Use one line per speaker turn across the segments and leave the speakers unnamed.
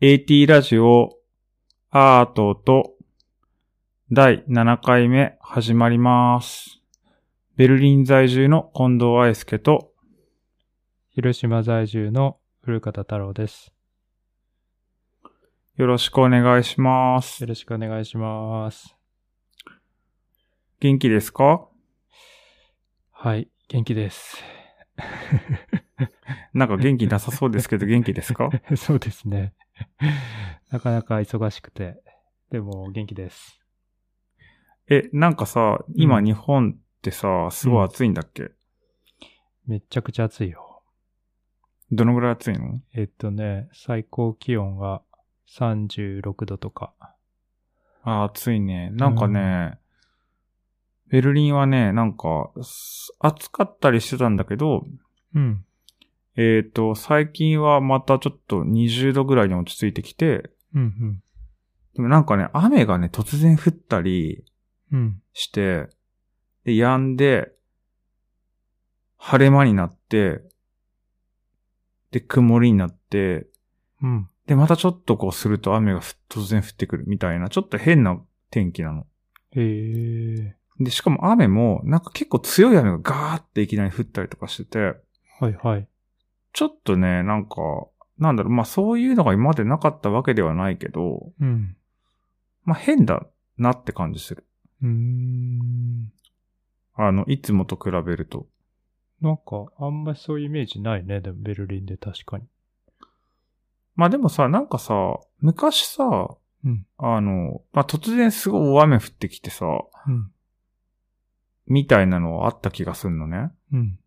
AT ラジオアートと第7回目始まります。ベルリン在住の近藤愛介と
広島在住の古方太郎です。
よろしくお願いします
よ。ろしくお願いします。
元気ですか
はい、元気です。
なんか元気なさそうですけど元気ですか
そうですね。なかなか忙しくて、でも元気です。
え、なんかさ、今
うん
日本ってさ、すごい暑いんだっけ、
めっちゃくちゃ暑いよ。
どのぐらい暑いの
えっとね、最高気温が36度とか。
あー、暑いね。なんかね、ベルリンはね、なんか、す暑かったりしてたんだけど、
うん。
えっ、と、最近はまたちょっと20度ぐらいに落ち着いてきて、
うん
でもなんかね、雨がね、突然降ったり
うん。うん。
して、で、止んで、晴れ間になって、で、曇りになって、
うん。
で、またちょっとこうすると雨がふ突然降ってくるみたいな、ちょっと変な天気なの。
えー。
で、しかも雨も、なんか結構強い雨がガーっていきなり降ったりとかしてて、
はいはい。
ちょっとね、なんか、なんだろう、まあそういうのが今までなかったわけではないけど、
うん。
まあ、変だなって感じする。
うーん。
あの、いつもと比べると。
なんか、あんまりそういうイメージないね。でも、ベルリンで確かに。
まあ、でもさ、なんかさ、昔さ、
うん
あの、まあ、突然すごい大雨降ってきてさ、
うん。
みたいなのはあった気がするのね。
うん。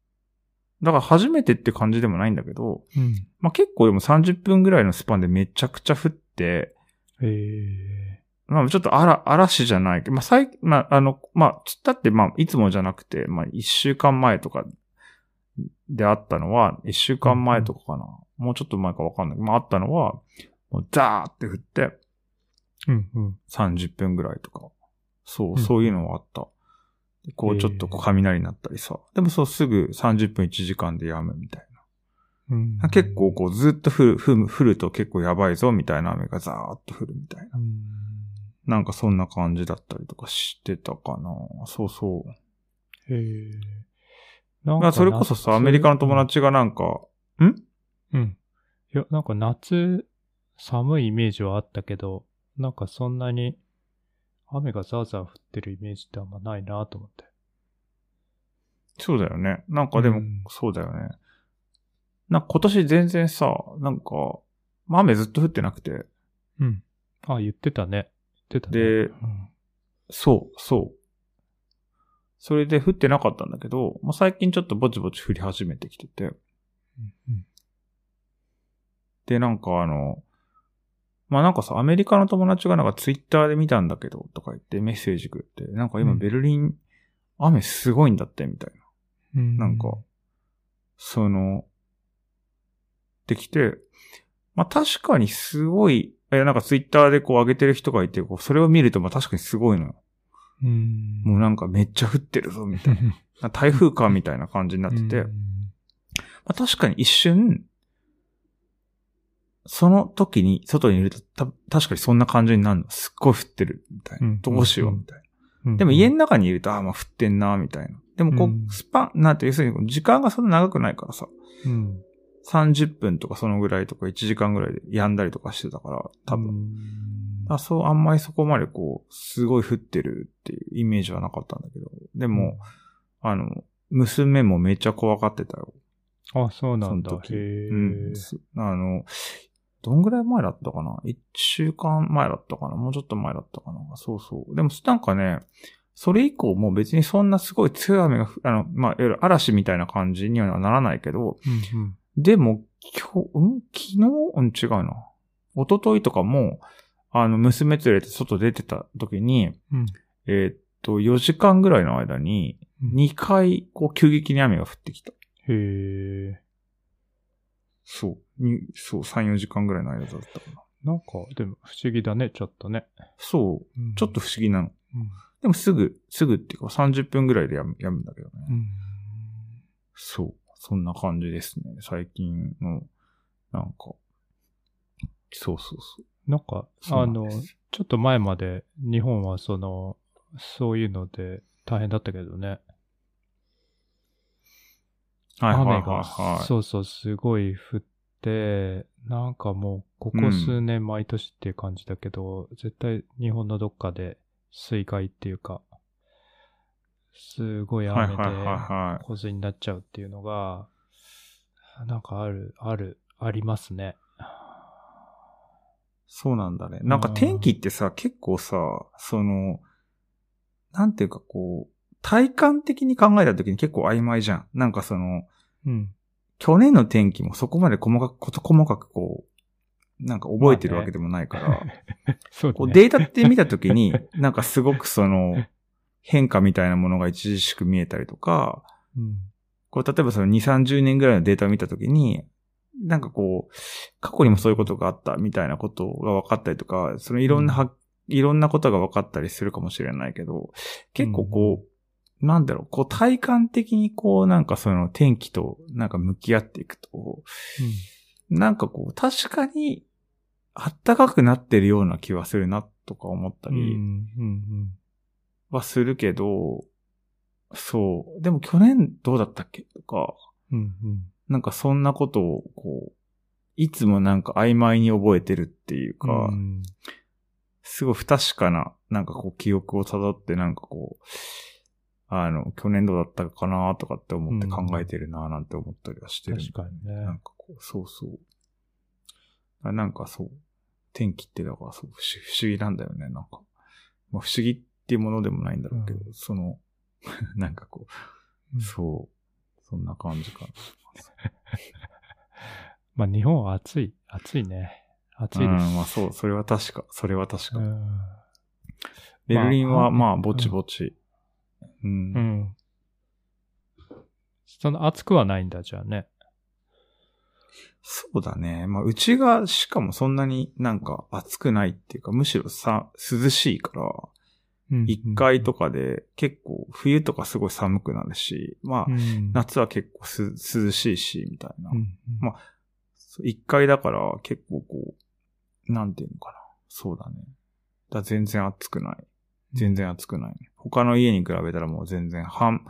だから初めてって感じでもないんだけど、
うん。
まあ、結構でも30分ぐらいのスパンでめちゃくちゃ降って、
えー。
まあ、ちょっとあら、嵐じゃないけど、まあ、最、まあ、あの、まあ、つったって、まあ、いつもじゃなくて、まあ、一週間前とかであったのは、一週間前とかかな。もうちょっと前かわかんない。まあ、あったのは、もう、ザーって降って、
うんうん。
30分ぐらいとか。そうう、
ん
そういうのはあった。こう、ちょっとこう、雷になったりさ。でもそう、すぐ30分1時間でやむみたいな。結構、こう、ずっと降る、降る、降ると結構やばいぞ、みたいな雨がザーっと降るみたいな。
うん、
なんかそんな感じだったりとかしてたかな。そうそう。
へえ。な
だからそれこそさ、アメリカの友。達がなんか、
うん。うんいや、なんか夏、寒いイメージはあったけど、なんかそんなに雨がザーザー降ってるイメージってあんまないなと思って。
そうだよね。なんかでも、
うん
そうだよね。なんか今年全然さ、なんか、まあ雨ずっと降ってなくて、
うん。あ、言ってたね。言ってたね。
でそう、そう。それで降ってなかったんだけど、まあ、最近ちょっとぼちぼち降り始めてきてて、
うん。うん
で、なんかあの、まあ、なんかさ、アメリカの友達がなんかツイッターで見たんだけど、とか言ってメッセージくって、なんか今
うん
ベルリン、雨すごいんだって、みたいな。
うん。
なんか、その、できて、まあ、確かにすごい、え、なんかツイッターでこう上げてる人がいて、こう、それを見ると、まあ、確かにすごいのよ。
うん。
もうなんかめっちゃ降ってるぞ、み たいな。台風か、みたいな感じになってて、
うん
まあ、確かに一瞬、その時に外にいると、た、確かにそんな感じになるの。すっごい降ってる、みたいな。
うん
どうしよう、みたいな。
うん
でも家の中にいると、ああ、まあ降ってんな、みたいな。でもこ
うん
う、スパン、なんて、要するに時間がそんな長くないからさ、
うん。
30分とかそのぐらいとか1時間ぐらいで止んだりとかしてたから、多分。
分。
あそう、あんまりそこまでこう、すごい降ってるっていうイメージはなかったんだけど。でも、あの、娘もめっちゃ怖がってたよ。
あ、そうなんだ。
その時
へえ。
うん。すあの、どんぐらい前だったかな一週間前だったかなもうちょっと前だったかなそうそう。でも、なんかね、それ以降もう別にそんなすごい強い雨が降、あの、まあ、いわゆる嵐みたいな感じにはならないけど、
うんうん。
でも、今日、うん昨日うん、違うな。一昨日とかも、あの、娘連れて外出てた時に、
うん
えーっと、4時間ぐらいの間に、
うん
2回、こう、急激に雨が降ってきた。
へえ。
そう。にそう、3、4時間ぐらいの間だったかな。
なんか、でも不思議だね、ちょっとね。
そう。ちょっと不思議なの。
うん。
でもすぐ、すぐっていうか30分ぐらいでやむやむんだけどね。
うん。
そう。そんな感じですね。最近の、なんか、そうそうそ
なんか、
う。そう
あ
なん
の
で、すよ
ちょっと前まで日本はその、そういうので大変だったけどね。
はいはいはい
雨が、
はい。
そうそう、すごい降って、なんかもう、こ
う
こ
ん
数年毎年っていう感じだけど、絶対日本のどっかで水害っていうか、すごい
はいは
雨
い
で
はいはい。
洪水になっちゃうっていうのが、なんかある、ある、ありますね。
そうなんだね。なんか天気ってさ、結構さ、その、なんていうかこう、体感的に考えた時に結構曖昧じゃん。なんかその、
うん。
去年の天気もそこまで細かく、こと細かくこう、なんか覚えてる
まあね
わけでもないから、
そう
こ
だ
う
ね。
データって見た時に、なんかすごくその、変化みたいなものが著しく見えたりとか、
うん、
こう、例えばその2、30年ぐらいのデータを見たときに、なんかこう、過去にもそういうことがあったみたいなことが分かったりとか、そのいろんなは、いろんなことが分かったりするかもしれないけど、結構こう、なんだろう、こう体感的にこうなんかその天気となんか向き合っていくと、なんかこう確かに暖かくなってるような気はするなとか思った
うん。うん。
り、
うん。
はするけど、そう。でも去年どうだったっけとか、
うん。うん。
なんかそんなことを、こう、いつもなんか曖昧に覚えてるっていうか、
うん
すごい不確かな、なんかこう記憶を辿ってなんかこう、あの、去年どうだったかなとかって思って考えてるななんて思ったりはしてる、
確かに
なん
ね。
かこう、そうそう。あなんかそう、天気ってだからそう不思不思議なんだよね、なんか。まあ、不思議っていうものでもないんだろうけど、
う
その、 なんかこう、
うん
そう、そんな感じかな。
まあ日本は暑い。暑いね。暑いで
うん
す。
まあそう、それは確か、それは確か。
うん
ベルリン
ま
は
あ
まあ、ぼちぼち。うん。
うん。その暑くはないんだ、じゃあね。
そうだね。まあ、うちが、しかもそんなになんか暑くないっていうか、むしろさ、涼しいから、1階とかで結構、冬とかすごい寒くなるし、まあ
う、ん、
夏は結構す涼しいし、みたいな
う。ん、
まそう1階だから結構こう、なんていうのかな。そうだね。だから全然暑くない。全然暑くない、ね。他の家に比べたらもう全然半、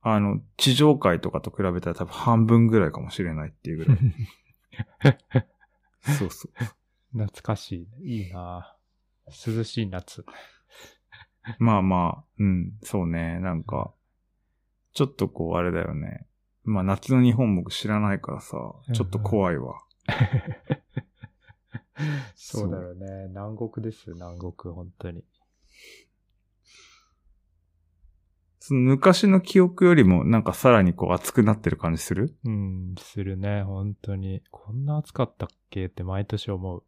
あの、地上階とかと比べたら多分半分ぐらいかもしれないっていうぐ らい。そうそう。
懐かしい。いいな涼しい夏。
まあまあ、うん、そうね。なんか、ちょっとこう、あれだよね。まあ夏の日本僕知らないからさ、ちょっと怖いわ。
そうだろうね。南国です、南国、本当に。
その昔の記憶よりもなんかさらにこう熱くなってる感じする
うん、するね、本当に。こんな暑かったっけって毎年思う。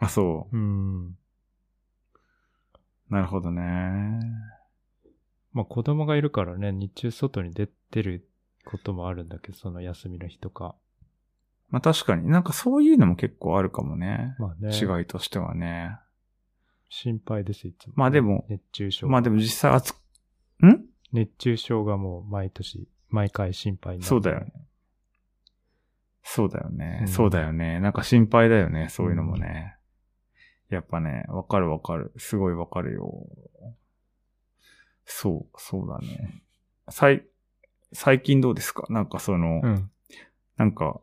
あ、そ
うん。
う。なるほどね。
まあ子供がいるからね、日中外に出てることもあるんだけど、その休みの日とか。
まあ確かになんかそういうのも結構あるかもね。
まあね。
違いとしてはね。
心配です、いつも。
まあでも
熱中症。
まあでも実際熱く、ん
熱中症がもう毎年、毎回心配になる。
そうだよね。。そうだよね、
うん
そうだよね。なんか心配だよね。そういうのもね。やっぱね、わかるわかる。すごいわかるよ。そう、そうだね。さい、最近どうですかなんかその、
うん。
なんか、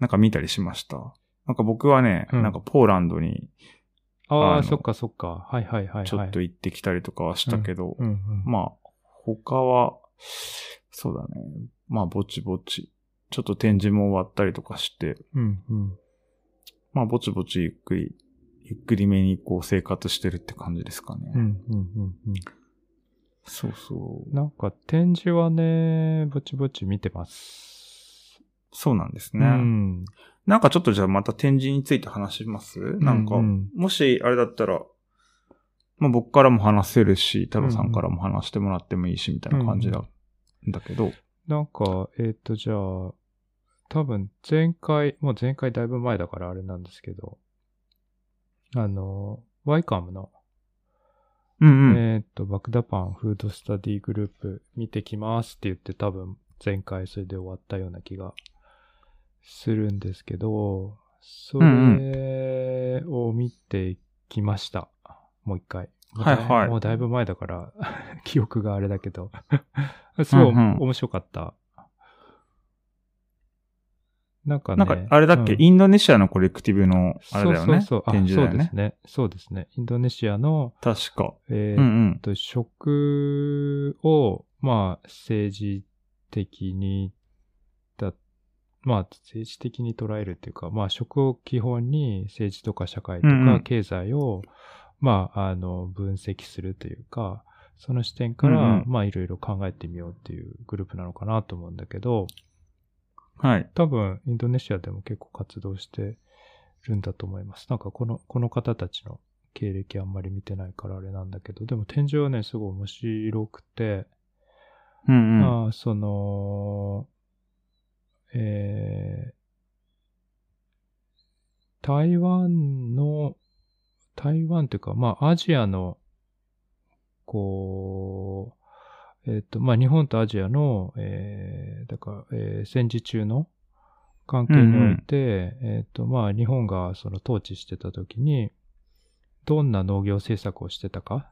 なんか見たりしました。なんか僕はね、
うん
なんかポーランドに
あ
あの
あ、そっかそっか。はいはいはい、はい。
ちょっと行ってきたりとかはしたけど、
うんうん。
まあ、他は、そうだね。まあ、ぼちぼち。ちょっと展示も終わったりとかして、
うんうん。
まあ、ぼちぼちゆっくり、ゆっくりめにこう生活してるって感じですかね。
うんうんうんうん。
そうそう。
なんか展示はね、ぼちぼち見てます。
そうなんです
う
ね。
ん。
なんかちょっとじゃあまた展示について話しますなんか、
ううん
もしあれだったら、まあ僕からも話せるし、太郎さんからも話してもらってもいいし、みたいな感じだ、んだけど。
なんか、えっ、と、じゃあ、多分前回、もう前回だいぶ前だからあれなんですけど、あの、ワイカムの、
うんうん。
えっ、と、バクダパンフードスタディグループ見てきますって言って多分前回それで終わったような気がするんですけど、そ
うん
れを見てきました。もう一回。
はいはい
もうだいぶ前だから、 記憶があれだけど。すごい、
うんうん
面白かった。なんか
な
ね。
んか、あれだっけ、
うん
インドネシアのコレクティブの、あれだよね。
そうそうそうあ
展示だよ
そうで
ね
す。ね。そうですね。インドネシアの、
確か。
えー
うんうん
えっ。と食を、まあ、政治的にだ、まあ、政治的に捉えるっていうか、まあ、食を基本に政治とか社会と
うんう
か
ん
経済を、まあ、あの、分析するというか、その視点から、
うんうん
まあ、いろいろ考えてみようっていうグループなのかなと思うんだけど、
はい。
多分、インドネシアでも結構活動してるんだと思います。なんか、この、この方たちの経歴あんまり見てないからあれなんだけど、でも展示はね、すごい面白くて、
うんうん。
まあ、その、えー、台湾の、台湾というか、まあ、アジアの、こう、えっ、と、まあ、日本とアジアの、えー、だから、えー戦時中の関係において、えっ、と、まあ、日本がその統治してた時に、どんな農業政策をしてたかっ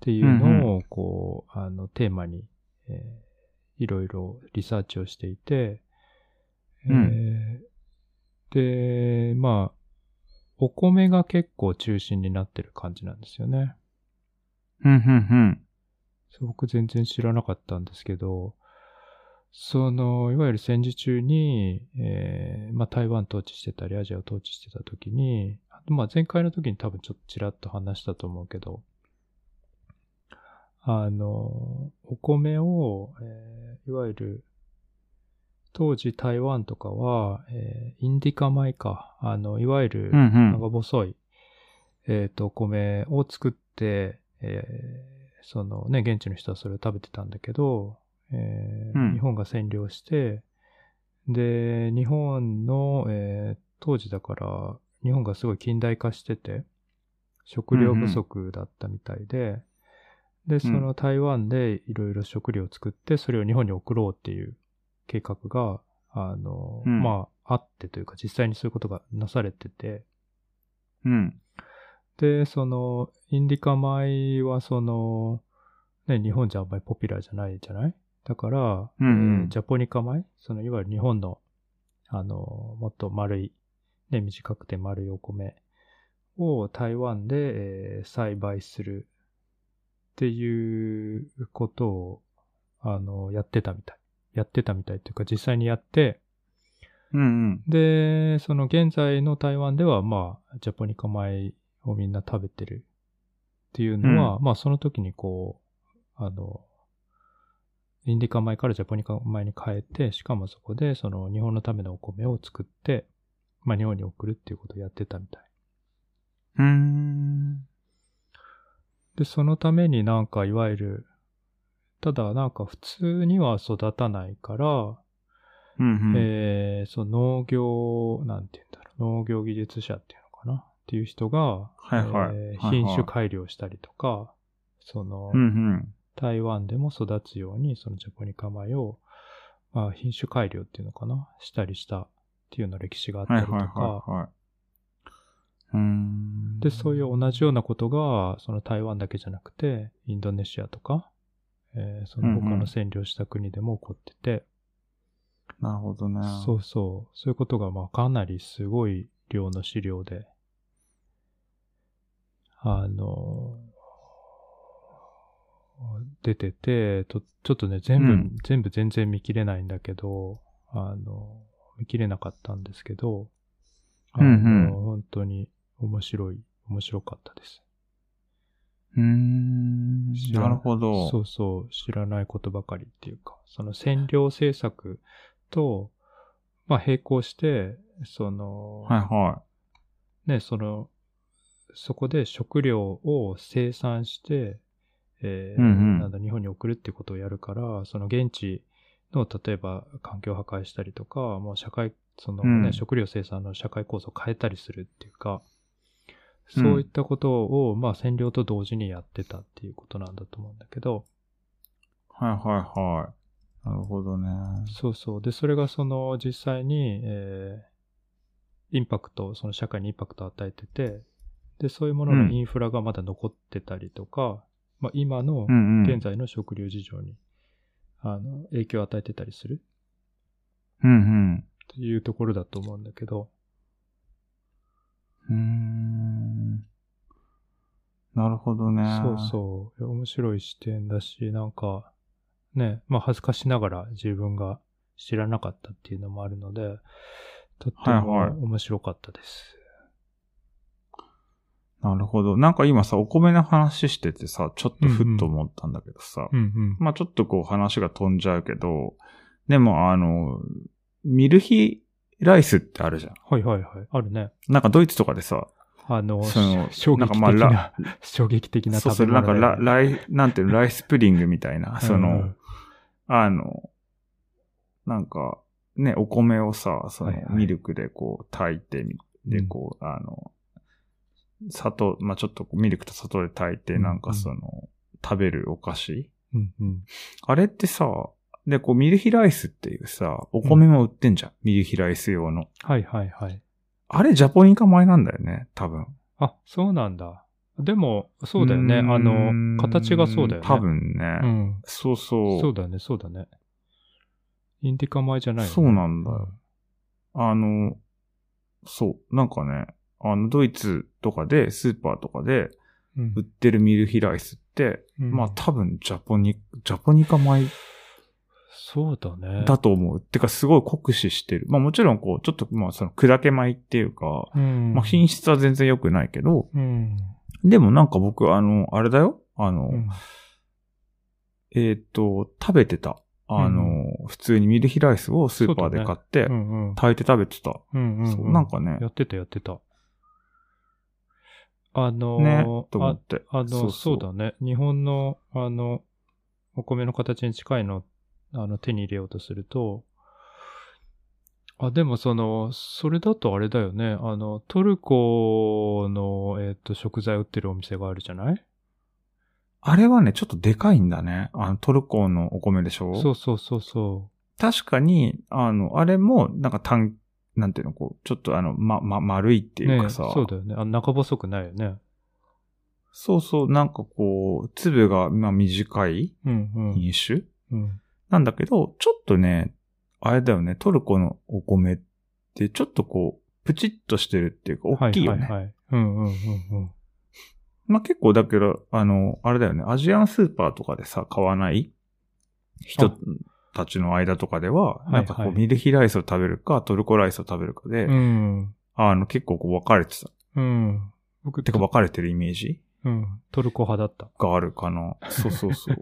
ていうのを、こう、あの、テーマに、えーいろいろリサーチをしていて、えーで、まあ、お米が結構中心になってる感じなんですよね。
うんうん
そう僕全然知らなかったんですけど、その、いわゆる戦時中に、えーまあ、台湾統治してたり、アジアを統治してた時に、まあ、前回の時に多分ちょっとちらっと話したと思うけど、あの、お米を、えーいわゆる、当時台湾とかは、えーインディカ米か、あの、いわゆる、
うん。うんうん。
長細い、えっ、と、米を作って、えーそのね、現地の人はそれを食べてたんだけど、えー
うん
日本が占領して、で、日本の、えー当時だから、日本がすごい近代化してて、食料不足だったみたいで、で、その台湾でいろいろ食料を作って、それを日本に送ろうっていう計画が、あの、
うん
まあ、あってというか、実際にそういうことがなされてて、
うん。
で、その、インディカ米はその、ね、日本じゃあんまりポピュラーじゃないじゃないだから、
うんうん
えージャポニカ米その、いわゆる日本の、あの、もっと丸い、ね、短くて丸いお米を台湾で、えー栽培するっていうことを、あの、やってたみたい。やってたみたいっていうか、実際にやって、
うんうん。
で、その現在の台湾では、まあ、ジャポニカ米をみんな食べてるっていうのは、まあ、その時にこう、あの、インディカ米からジャポニカ米に変えて、しかもそこで、その日本のためのお米を作って、まあ、日本に送るっていうことをやってたみたい。
うーん。
で、そのためになんか、いわゆる、ただなんか普通には育たないから、
うんうん。
えーその農業、なんて言うんだろう、農業技術者っていうのかなっていう人が、
はいはい
えー
はいはい
品種改良したりとか、その、
うんうん。
台湾でも育つように、そのジャポニカ米を、まあ、品種改良っていうのかなしたりしたっていうような歴史があった
はい
り
は
と
い
か、
はいはい。うーん。
で、そういう同じようなことが、その台湾だけじゃなくて、インドネシアとか、えーその他
うんうん
の占領した国でも起こってて、
なるほどね。
そうそう。そういうことが、まあ、かなりすごい量の資料で、あの、出てて、とちょっとね、全部、
うん
全部全然見切れないんだけど、あの、見切れなかったんですけど、あの、
うんうん
本当に面白い、面白かったです。
うーん。なるほど。
そうそう、知らないことばかりっていうか、その占領政策と、まあ並行して、その、
はいは
ね、その、そこで食料を生産して、えー
うんうん
なんだ、日本に送るってことをやるから、その現地の、例えば環境破壊したりとか、もう社会、そのね、
うん
食料生産の社会構造を変えたりするっていうか、
うん
そういったことを、まあ占領と同時にやってたっていうことなんだと思うんだけど、
い。はいはいはい。なるほどね。
そうそう。で、それがその実際に、えーインパクト、その社会にインパクトを与えてて、で、そういうもののインフラがまだ残ってたりとか、まあ、今の
うんうん。
現在の食料事情に、あの、影響を与えてたりする
うん
っていうところだと思うんだけど、
うん。うーん。なるほどね。
そうそう、面白い視点だし、なんか、ね、まあ恥ずかしながら自分が知らなかったっていうのもあるので、とって
はいはい
も面白かったです。
なるほど。なんか今さ、お米の話しててさ、ちょっとふっと思ったんだけどさ、
うん
まあちょっとこう話が飛んじゃうけど、でもあの、ミルヒライスってあるじゃん。
うん。はいはいはい。あるね。
なんかドイツとかでさ、
あの、
その
し衝撃的
な
な、
んかま
衝撃的な
そう
食べ
するなん
物
か
だよね
ラライ、なんていうの、ライスプディングみたいな、その、
うん
あの、なんか、ね、お米をさ、その
はいはい
ミルクでこう炊いてみ、で
うん
こう、あの、砂糖、まあちょっとこうミルクと砂糖で炊いて、
うん
なんかその、食べるお菓子
うんうん。
あれってさ、で、こう、ミルヒライスっていうさ、お米も売ってんじゃん。ミルヒライス用の。
はいはいはい。
あれ、ジャポニカ米なんだよね、多分。
あ、そうなんだ。でも、そうだよね。
ーん
あの、形がそうだよね。
多。分ね。
うん。
そうそう。
そうだね、そうだね。インディカ米じゃないよね
そうなんだよ。あの、そう、なんかね、あの、ドイツとかで、スーパーとかで
うん
売ってるミルヒライスって、
うん
まあ多分ジャポニ、ジャポニカ米
そうだね。
だと思う。てかすごい酷使してる。まあもちろんこう、ちょっとまあその砕け米っていうか、
うん。
まあ品質は全然良くないけど、
うん。
でもなんか僕、あの、あれだよあの、
うん
えーっ、と、食べてた。あの、普通にミルヒライスをスーパーで買って
う、んうん
炊いて食べてた。
うんうん。
そうなんかね
やってた、やってた。あのー、
ね、と思
あ
って。
あのそうだね。日本の、あの、お米の形に近いの、あの、手に入れようとすると、あ、でもその、それだとあれだよね。あの、トルコの、えっ、と、食材売ってるお店があるじゃない
あれはね、ちょっとでかいんだね。あの、トルコのお米でしょ
そうそうそうそ
確かに、あの、あれも、なんか単、なんていうの、こう、ちょっとあの、ま、ま、丸いって
う。
いう
ね
かさ、
そうだよね。あ中細くないよね。
そうそう、なんかこう、粒が、まあ、短い
うんうん
品種、
うん。
なんだけど、ちょっとね、あれだよね、トルコのお米って、ちょっとこう、プチッとしてるっていうか、大きいよね。
はいはいはい。うんうんうんうん。
まあ、結構だけど、あの、あれだよね、アジアンスーパーとかでさ、買わない人たちの間とかでは、
いはい
なんかこう、ミルヒライスを食べるか、トルコライスを食べるかで、
うん。
あの、結構こう分かれてた。
うん。僕、
てか分かれてるイメージ
うん。トルコ派だった。
があるかな。そうそう そう。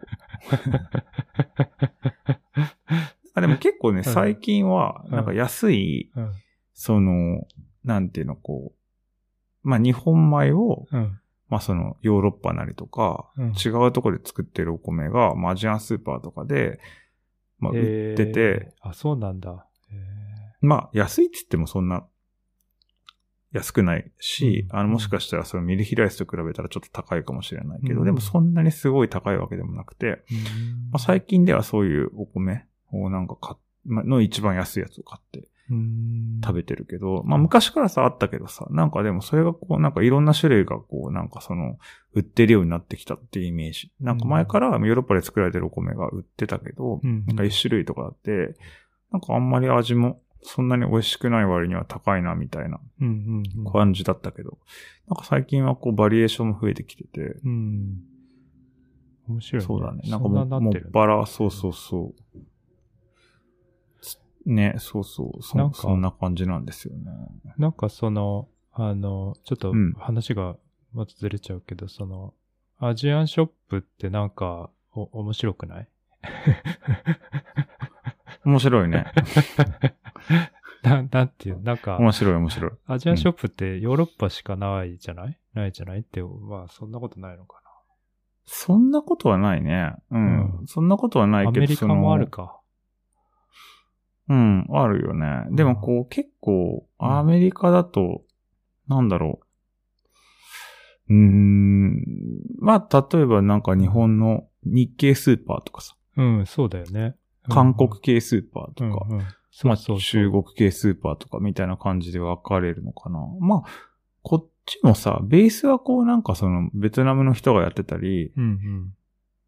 あでも結構ね、
ん
最近は、なんか安い、
うん。
その、なんていうの、こう、まあ、日本米を、
うん。
まあ、その、ヨーロッパなりとか、
うん
違うところで作ってるお米が、まあ、アジアンスーパーとかで、まあ、売ってて、
えーあ、そうなんだ。え
まあ、安いって言ってもそんな、安くないし、
うん
あの、もしかしたらそのミルヒライスと比べたらちょっと高いかもしれないけど、
うん
でもそんなにすごい高いわけでもなくて、
ー
まあ、最近ではそういうお米をなんか買っまあの一番安いやつを買って
うん
食べてるけど、まあ昔からさあったけどさ、なんかでもそれがこうなんかいろんな種類がこうなんかその売ってるようになってきたっていうイメージ。なんか前からヨーロッパで作られてるお米が売ってたけど、
うん
なんか一種類とかあって、なんかあんまり味もそんなに美味しくない割には高いなみたいな
うんうんうん
感じだったけど、なんか最近はこうバリエーションも増えてきてて、
うん。面白い、ね。
そうだね。な
な
んんか
かも
も
う、
う、
な
もっ
っ
て
るね
ぱら、そうそうそう。ね、そうそう。そ
なん
ん
か
そんな感じなんですよね。
なんかその、あの、ちょっと
うん
話がまたずれちゃうけど、その、アジアンショップってなんか、お、面白くない
面白いね。
な、なんていう、なんか、
面白い面白い。
アジアンショップってヨーロッパしかないじゃない、ないじゃないって、まあ、そんなことないのか
そんなことはないね。うん。
うん
そんなことはない
な。
けど、
アメリカ
その
もあるか。
うん、あるよね。でもこう、結構、アメリカだと、なんだろう。うーん。まあ、例えばなんか日本の日系スーパーとかさ、
うん、そうだよね。
韓国系スーパーとか、
うんうんそうそうそう
まあ、中国系スーパーとかみたいな感じで分かれるのかな。まあ、こっちもさ、ベースはこうなんかその、ベトナムの人がやってたり、
うんうん。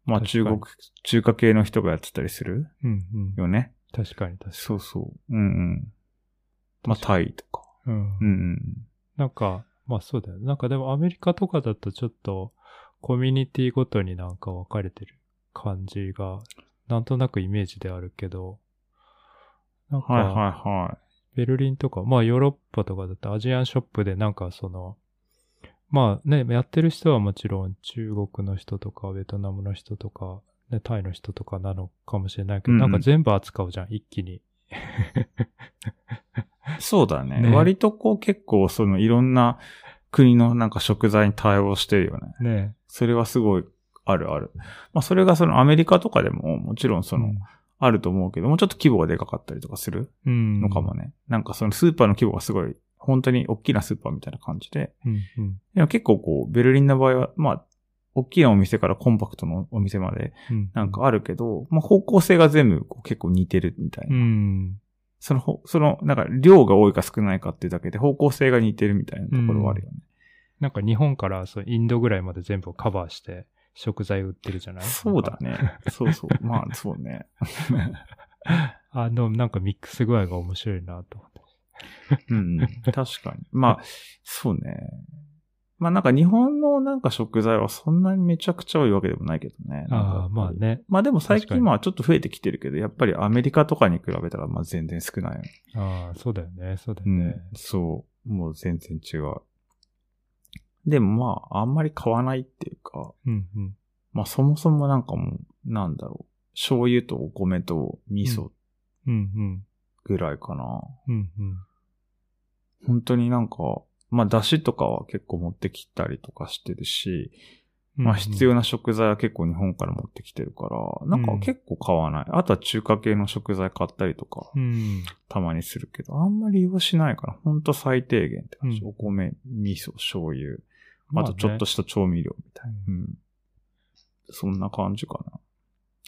まあ
確か
中
に
国、中華系の人がやってたりする
うんうん。
よね。
確かに確か
そうそう。うんうん。まあタイとか。
に。うん
うんうん。
なんか、まあそうだよね。なんかでもアメリカとかだとちょっとコミュニティごとになんか分かれてる感じが、なんとなくイメージであるけど、なん
はいはい
か
は
ベルリンとか、まあヨーロッパとかだとアジアンショップでなんかその、まあね、やってる人はもちろん中国の人とかベトナムの人とか、ね、タイの人とかなのかもしれないけど、
うんうん
なんか全部扱うじゃん、一気に。
い。そうだね。
ね
割とこう結構そのいろんな国のなんか食材に対応してるよね。
ね。
それはすごいあるある。まあそれがそのアメリカとかでももちろんその、あると思うけども、ちょっと規模がでかかったりとかする
うん、
のかもね。なんかそのスーパーの規模がすごい、本当に大きなスーパーみたいな感じで。
うん。うん
でも結構こう、ベルリンの場合は、まあ、大きなお店からコンパクトのお店まで
うん。
なんかあるけど、まあ方向性が全部こう結構似てるみたいうな。
ん。
そのほ、その、なんか量が多いか少ないかっていうだけで方向性が似てるみたいなところはあるよね。
なんか日本からそうインドぐらいまで全部をカバーして食材売ってるじゃない
そうだ。 ね。そうそう。まあそうね。
あの、なんかミックス具合が面白いなと思って。
うんうん、 確かに。まあ、そうね。まあなんか日本のなんか食材はそんなにめちゃくちゃ多いわけでもないけどね。
ああ、まあ。ね。
まあでも最
確かに
近まあちょっと増えてきてるけど、やっぱりアメリカとかに比べたらまあ全然少ないよね。
ああ、そうだよね。そうだよ
う
ね
ん。。そう。もう全然違う。でもまあ、あんまり買わないっていうか、
うん、うん、
まあそもそもなんかもう、なんだろう。醤油とお米と味噌
うん、うん、
ぐらいかな。
うん、うん。
本当になんか、まあ、出汁とかは結構持ってきたりとかしてるし、まあ、必要な食材は結構日本から持ってきてるから、なんか結構買わない。あとは中華系の食材買ったりとか、
うん。
たまにするけど、あんまり利用しないから、ほんと最低限って感じ。
うん
お米、味噌、醤油、
ま
あ
ね
とちょっとした調味料みたいな。
う
うん。そんな感じかな。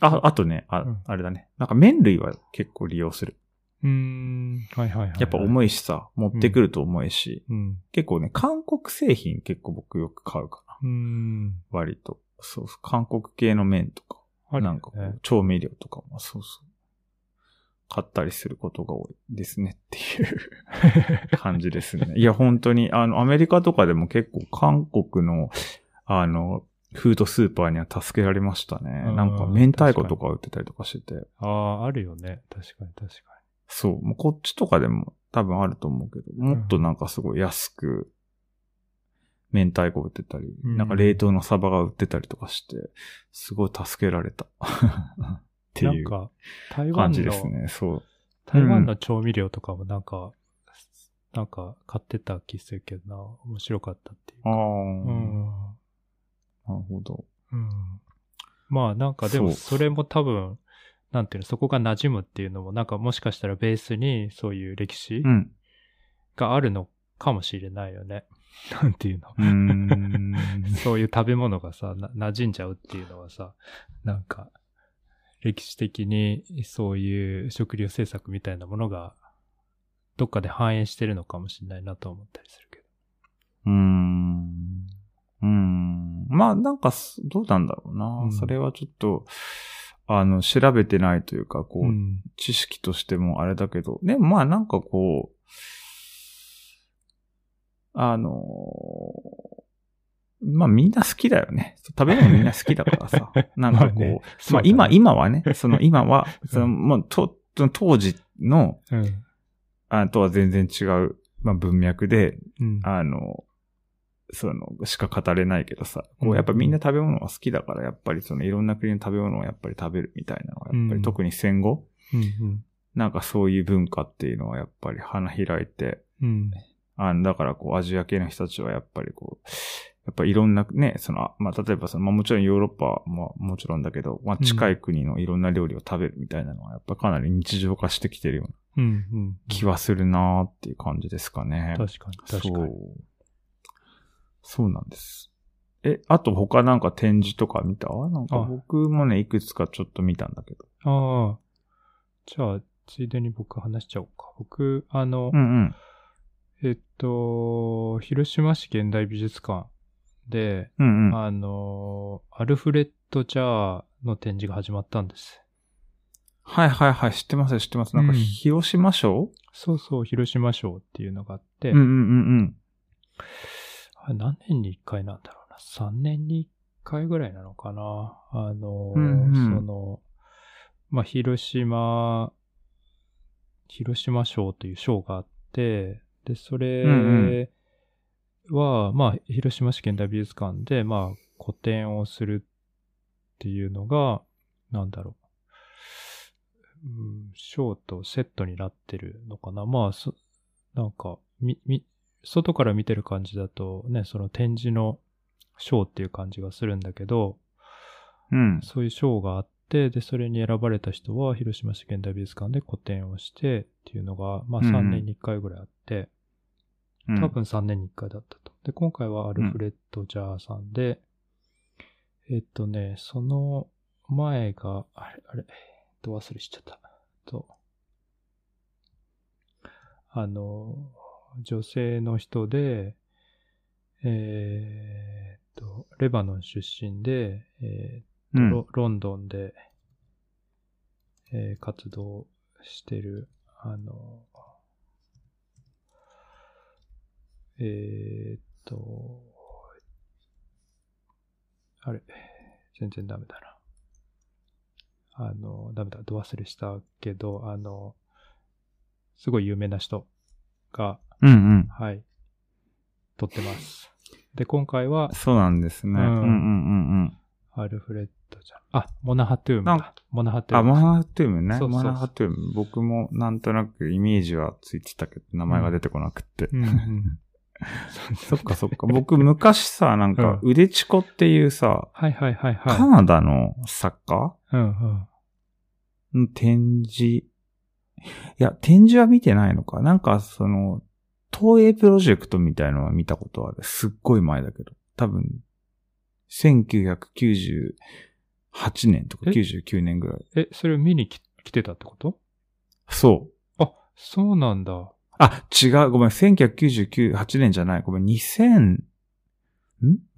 あ、あとね、あ、
うん
あれだね。なんか麺類は結構利用する。
うーん。はいはいはい、はい。
やっぱ
い。
重いしさ、持ってくると重いし、
うん。
結構ね、韓国製品結構僕よく買うかな。
うん。
割と。そうそう。韓国系の麺とか、
あるよ
な
ね
んかこう調味料とかも、そうそう。買ったりすることが多いですねっていう 感じですね。いや、本当に、あの、アメリカとかでも結構韓国の、あの、フードスーパーには助けられましたね。
うん
なんか、明太子とか売ってたりとかしてて。
ああ、あるよね。確かに確か
そう。もうこっちとかでも多分あると思うけど、もっとなんかすごい安く、明太子売ってたり、
うん
なんか冷凍のサバが売ってたりとかして、すごい助けられた。 って
に。
い
な
うん
か、台
感
湾の
じですね。そう。
台湾の調味料とかもなんか、なんか買ってた気するけどな、面白かったっていう
ああ、
か。う
なる
ん。
ほど。
うん。まあなんかでも
そ
それも多分、なんていうの、そこが馴染むっていうのもなんかもしかしたらベースにそういう歴史
うん。
があるのかもしれないよね。 なんていうの。
うーん。
そういう食べ物がさ、な馴染んじゃうっていうのはさ、なんか、歴史的にそういう食料政策みたいなものが、どっかで反映してるのかもしれないなと思ったりするけど。
うーん。うーん。まあ、なんかす、どうなんだろうな。
うん
それはちょっと、あの、調べてないというか、こう、
ん。
知識としてもあれだけど、でもまあなんかこう、あのまあみんな好きだよね。食べ物みんな好きだから さ。なんかこう、まあ
ねそうだね
今、今はね、その今は、そのもうと当時の、
うん。
あとは全然違う、まあ文脈で、
うん。
あの、その、しか語れないけどさ、こ
うん
うやっぱみんな食べ物が好きだから、やっぱりそのいろんな国の食べ物をやっぱり食べるみたいなのが、やっぱ
うん
り特に戦後、
うんうん。
なんかそういう文化っていうのはやっぱり花開いて、
うん。
あの、だからこうアジア系の人たちはやっぱりこう、やっぱいろんなね、その、あまあ、例えばその、まあもちろんヨーロッパももちろんだけど、まあ
うん
近い国のいろんな料理を食べるみたいなのはやっぱかなり日常化してきてるような
うん。うん。
気はするなーっていう感じですかね。
確かに、確か
そ
に。
う。そうなんです。え、あと他なんか展示とか見たなんか
あ
僕もね、いくつかちょっと見たんだけど。
ああ。じゃあ、ついでに僕話しちゃおうか。僕、あの、
うんうん。
えっと、広島市現代美術館で、
うんうん。
あの、アルフレッド・ジャーの展示が始まったんです。
はいはいはい。知ってますよ知ってます。なんか、
うん
広島省
そうそう、広島賞っていうのがあって、
うんうんうん
あ何年に1回なんだろうな。3年に1回ぐらいなのかな。あの、
うんうん
その、まあ、広島、広島賞という賞があって、で、それは、
うん
まあ、広島市現代美術館で、まあ、個展をするっていうのが、なんだろう。うん、賞とセットになってるのかな。まあ、そ、なんか、み、み、外から見てる感じだとね、その展示のショーっていう感じがするんだけど、
うん。うん。
そういうショーがあって、で、それに選ばれた人は広島市現代美術館で個展をしてっていうのが、まあ
うんうん
3年に1回ぐらいあって、
うん
多分3年に1回だったと。で、今回はアルフレッド・ジャーさんで、えっとね、その前が、あれ、あれ、えっと忘れしちゃった。えっと、あの、女性の人で、えーっと、レバノン出身で、え
う
ー
ん。
ロロンドンで、えー活動してる、あの、えーっと、あれ、全然ダメだな。あの、ダメだ、ド忘れしたけど、あの、すごい有名な人が、
うんうん。
はい、撮ってます。で、今回は、
そうなんですね。う
うん
う
ん
んうんうん。
アルフレッドじゃん。あ、モナハトゥーム
なん
だ。モナハトゥー
あ、
ム。
マナハトゥームね。
そうそうそ
マ
う
ナハトゥーム。僕もなんとなくイメージはついてたけど、名前が出てこなくって。
うんうん。
そっかそっか。僕昔さ、なんか、
う
腕チコっていうさ、
はいはいはいはい。
カナダの作家
うんうん。
の展示。いや、展示は見てないのか。なんか、その、東映プロジェクトみたいのは見たことある。すっごい前だけど。多分、1998年とか
え
99年ぐらい。
え、それを見にき来てたってこと
そう。
あ、そうなんだ。
あ、違う。ごめん。1998年じゃない。ごめん。2000、ん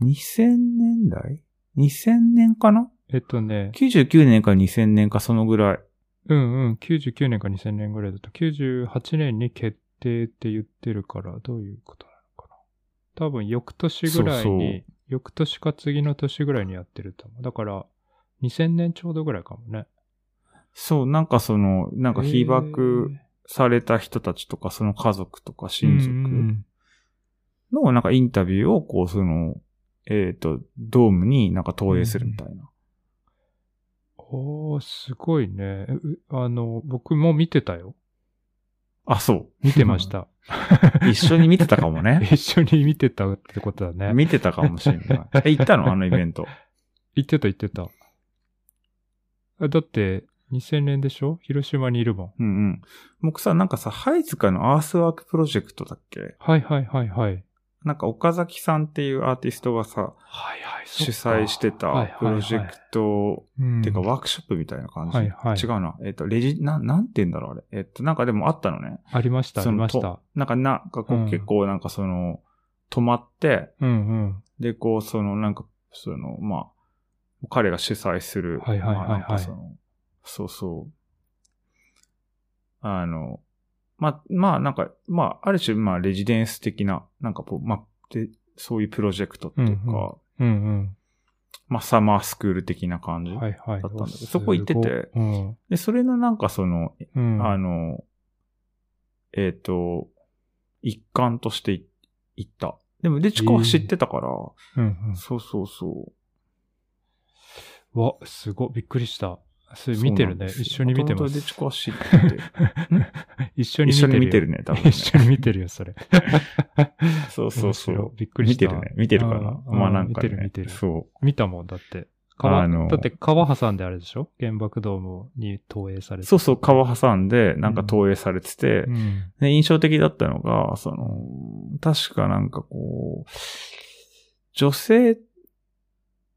?2000 年代 ?2000 年かな
えっとね、
?99 年か2000年かそのぐらい。
うんうん、99年か2000年ぐらいだと、98年に決定って言ってるから、どういうことなのかな。多分、翌年ぐらいに、
そうそう
翌年か次の年ぐらいにやってると思う。だから、2000年ちょうどぐらいかもね。
そう、なんかその、なんか被爆
へー
された人たちとか、その家族とか親族
うんうん
のなんかインタビューをこう、その、えっ、と、ドームになんか投影するみたいな。
おー、すごいね。うあの、僕も見てたよ。
あ、そう。
見てました。
一緒に見てたかも ね。
一緒に見てたってことだね。
見てたかもしれない。 え、行ったのあのイベント。
言ってた言ってた。あだって、2000年でしょ広島にいるもん。
うんうん。僕さ、なんかさ、ハイズカのアースワークプロジェクトだっけ
はいはいはいはい。
なんか岡崎さんっていうアーティストがさ、
はいはい、
主催してたプロジェクト、
ト。うん
てかワークショップみたいな感じ。
はいはい
違うな。えっ、と、レジ、なん、なんて言うんだろうあれ。えっ、と、なんかでもあったのね。
ありました、あ
そ
り
の
ました。
なんかな、なんかこ
う
うん結構なんかその、止まって、
うん
で、こう、その、なんか、その、まあ、彼が主催する。
はいはいはいはい
まあなんかそのそうそう。あの、まあ、まあ、なんか、まあ、ある種、まあ、レジデンス的な、なんかこう、まあ、で、そういうプロジェクトっていうか、
うんうんうん。うん
まあ、サマースクール的な感じ。
うん。はいはい。
だったんだけど
お
そこ行ってて
すごいうん。
で、それのなんかその、
うん。
あの、えっ、と、一環としてい行った。でも、で、チコは知ってたから、
うんうん
そうそうそう。
わ、すごい、びっくりした。それ見てるね。一緒に見てま
元々
す
デ。チコは知ってて
一緒に
一緒に見て
る
るね、多
よ。
分、ね。
一緒に見てるよ、それ。
そう そうそ
面白
う
い。びっくり
見
した。
てるね。見てるかな。
うん
まあなんか、ね、
見てる見てる
そ
見たもん、だって。
あ
川、
の
だって川挟んであれでしょ原爆ドームに投影され
う。
て。
そうそう、川挟んで、なんか投影されてて、
うん。
で印象的だったのが、その、確かなんかこう、女性、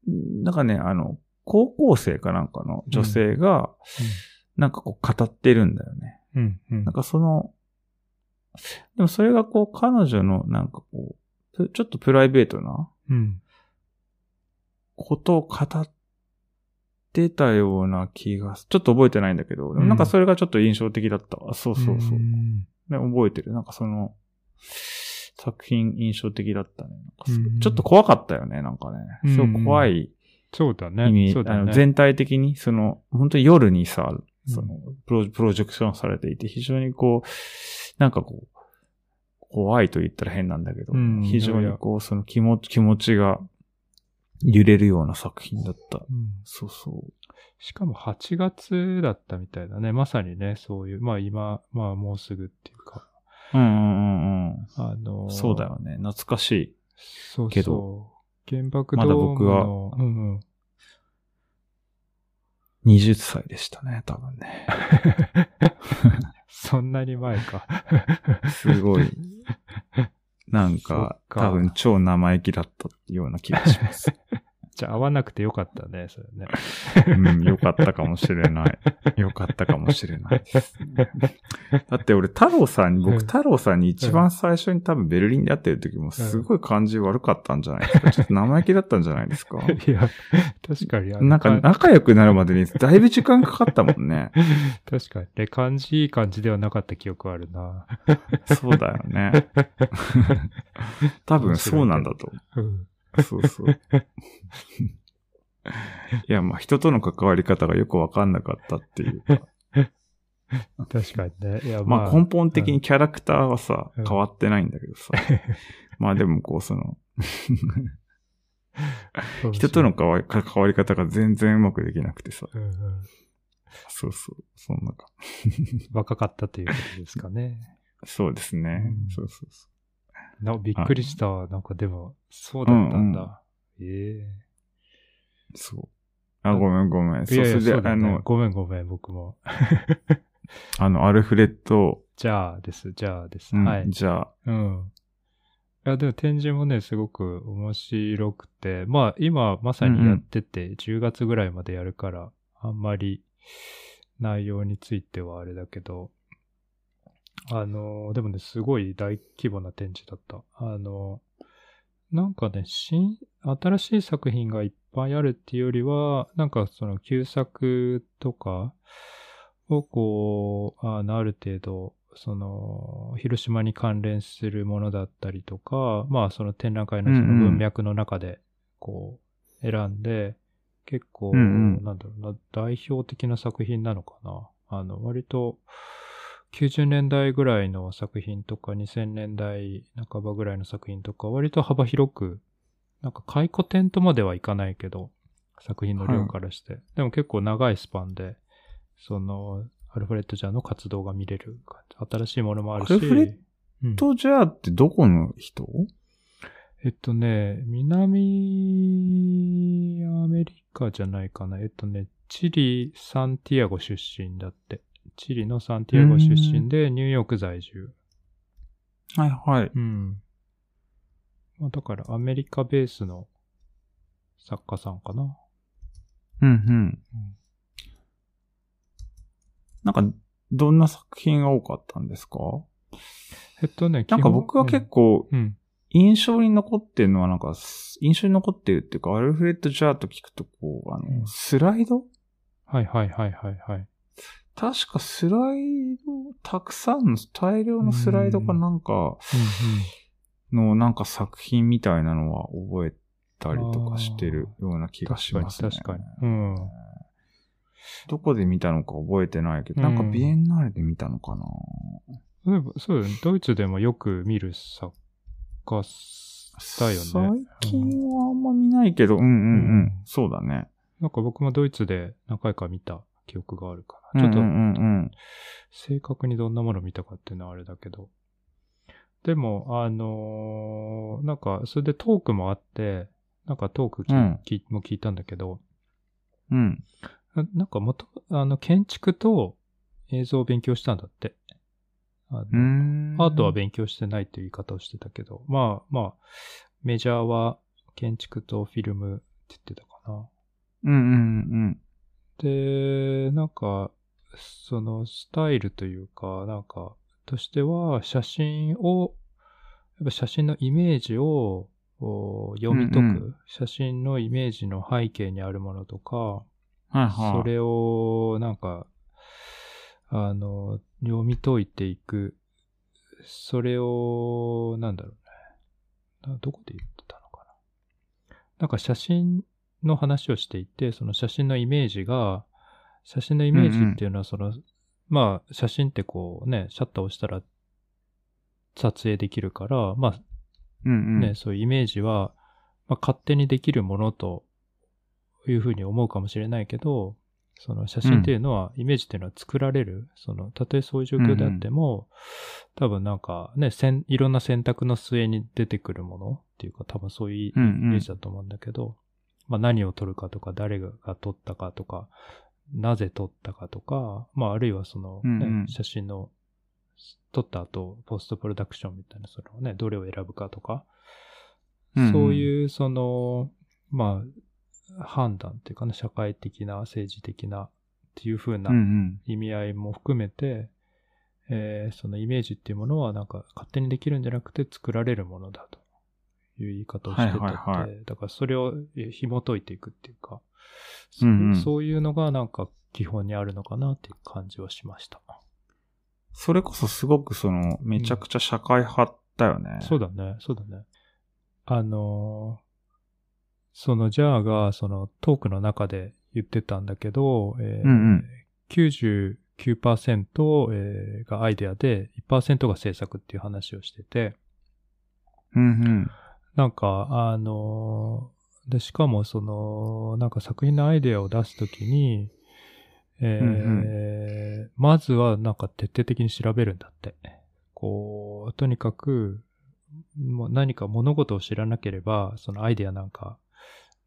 なんかね、あの、高校生かなんかの女性が、なんかこう語ってるんだよね。
うん、うん
なん。かその、でもそれがこう彼女のなんかこう、ぷちょっとプライベートな
うん。
ことを語ってたような気がす、ちょっと覚えてないんだけど、でもなんかそれがちょっと印象的だったわ。そうそうそう。
ん
ね、覚えてる。なんかその、作品印象的だったね。なんかす
うん
ちょっと怖かったよね、なんか
うん
ね。すごい怖い
そうだね。
意味、
そうだ
あ
ね。
の全体的に、その、本当に夜にさ、
うん
そのプロ、プロジェクションされていて、非常にこう、なんかこう、怖いと言ったら変なんだけど、
うん
非常にこう、その気持ち、気持ちが揺れるような作品だった。
うん
そうそう。
しかも8月だったみたいだね。まさにね、そういう、まあ今、まあもうすぐっていうか、
うんうんうんうん。
あのー
そうだよね。懐かしい。
そうそう。
けど
原爆
ま
ドーム
だ
の、
僕は
うんうん、
20歳でしたね、多分ね。
そんなに前か。
すごい。なんか、
そっか
多分超生意気だったような気がします。
じゃあ会わなくてよかったね、それね。
うん、よかったかもしれない。よかったかもしれないですね、だって俺、太郎さんに、
うん
僕、太郎さんに一番最初に多分ベルリンで会ってる時もすごい感じ悪かったんじゃないですか。ちょっと生意気だったんじ ゃないですか。
いや、確かにあ の、
なんか
か
仲良くなるまでにだいぶ時間かかったもんね。
確かにね、感じいい感じではなかった記憶はあるな。
そうだよ ね。多分そうなんだと思う
うん
そう そう。いや、まあ、人との関わり方がよくわかんなかったっていうか。
確かにね。いや、
ま
ま
あ、
あ、
根本的にキャラクターはさ、
うん
変わってないんだけ どさ。まあ、でもこう、その、
そうですね
人との関わり関わり方が全然うまくできなくてさ。
うんうん
そうそう。そんなか。
若かったということですかね。
そうですね。
うん
そうそうそ
なびっくりしたわ。なんかでも、そうだったんだ。え
う。そう。あ、ごめんごめん。
え
そう、それで、
うだ
あ
ね
の、
ごめんごめん、僕も。
あの、アルフレッド、
じゃあです、じゃあです。
うん
はい。
じゃあ、
うん。いや、でも展示もね、すごく面白くて、まあ今まさにやってて、10月ぐらいまでやるから、あんまり内容についてはあれだけど、あのー、でもね、すごい大規模な展示だった。あのー、なんかね、新、新しい作品がいっぱいあるっていうよりは、なんかその旧作とかをこう、あの、ある程度、その、広島に関連するものだったりとか、まあその展覧会のその文脈の中で、こう、選んで、結構、
うんうん
なんだろうな、代表的な作品なのかな。あの、割と、90年代ぐらいの作品とか、2000年代半ばぐらいの作品とか、割と幅広く、なんか回顧展とまではいかないけど、作品の量からして。でも結構長いスパンで、その、アルフレッド・ジャーの活動が見れる感じ。新しいものもあるし。
アルフレッ
うん
とじゃあってどこの人
えっとね、南アメリカじゃないかな。えっとね、チリ・サンティアゴ出身だって。チリのサンティアゴ出身で、ニューヨーク在住。
はいはい。
うん。まあ、だからアメリカベースの作家さんかな。
うんうん。なんか、どんな作品が多かったんですか
えっとね、
なんか僕は結構
うん、うん。
印象に残ってるのはなんか、す印象に残ってるっていうか、アルフレッド・ジャーと聞くとこう、あ
うん
の、スライド
はいはいはいはいはい。
確かスライド、たくさんの、大量のスライドかなんかのなんか作品みたいなのは覚えたりとかしてるような気がしますね。
確かに。うん。
どこで見たのか覚えてないけど、
う
なんんかビエンナーレで見たのかな
そういえばそうだよねドイツでもよく見る作家だよね。
最近はあんま見ないけど、うんうんうん。
うん
そうだね。
なんか僕もドイツで何回か見た記憶があるかな。ちょっと
うんうんうん
正確にどんなもの見たかっていうのはあれだけど。でも、あのーなんか、それでトークもあって、なんかトークき、
うん
きも聞いたんだけど、
うん。うん。
ななんか元、あの、建築と映像を勉強したんだって。あ
うー
の
ん
アートは勉強してないという言い方をしてたけど、まあまあ、メジャーは建築とフィルムって言ってたかな。
うんうん
で、なんか、そのスタイルというか、なんか、としては、写真を、やっぱ写真のイメージをお読み解く、
うんうん
写真のイメージの背景にあるものとか、
はいはい。
それを、なんか、あの、読み解いていく。それを、なんだろうね。などこで言ってたのかな。なんか写真の話をしていて、その写真のイメージが、写真のイメージっていうのは、その、まあ、写真ってこうね、シャッターを押したら撮影できるから、まあ、
うんうん。
ね、そういうイメージは、まあ、勝手にできるものというふうに思うかもしれないけど、その写真っていうのは、イメージっていうのは作られる。その、たとえそういう状況であっても、多分なんかね、せんいろんな選択の末に出てくるものっていうか、多分そういう
う
イ
んう
メー
ん
ジ。だと思うんだけど、まあ何を撮るかとか、誰が撮ったかとか、なぜ撮ったかとか、まああるいはその、ね
うんうん
写真の撮った後、ポストプロダクションみたいな、そのね、どれを選ぶかとか、
うんうん
そういうその、まあ判断っていうかな、社会的な、政治的なっていう風な
うんうん。
意味合いも含めて、えーそのイメージっていうものはなんか勝手にできるんじゃなくて作られるものだという言い方をしてたって、
はいはいは
だからそれをえー紐解いていくっていうか、
う
そうん
うん
そういうのがなんか基本にあるのかなっていう感じはしました。
それこそすごくその、めちゃくちゃ社会派だよね。
そうだね、そうだね。あのーそのジャーがそのトークの中で言ってたんだけど、え
う
ー
んうん
99%、えーがアイデアで1%が制作っていう話をしてて、
うん
なんか、あのーで、しかもその、なんか作品のアイデアを出すときに、えーまずはなんか徹底的に調べるんだって。こう、とにかく、もう何か物事を知らなければ、そのアイデアなんか、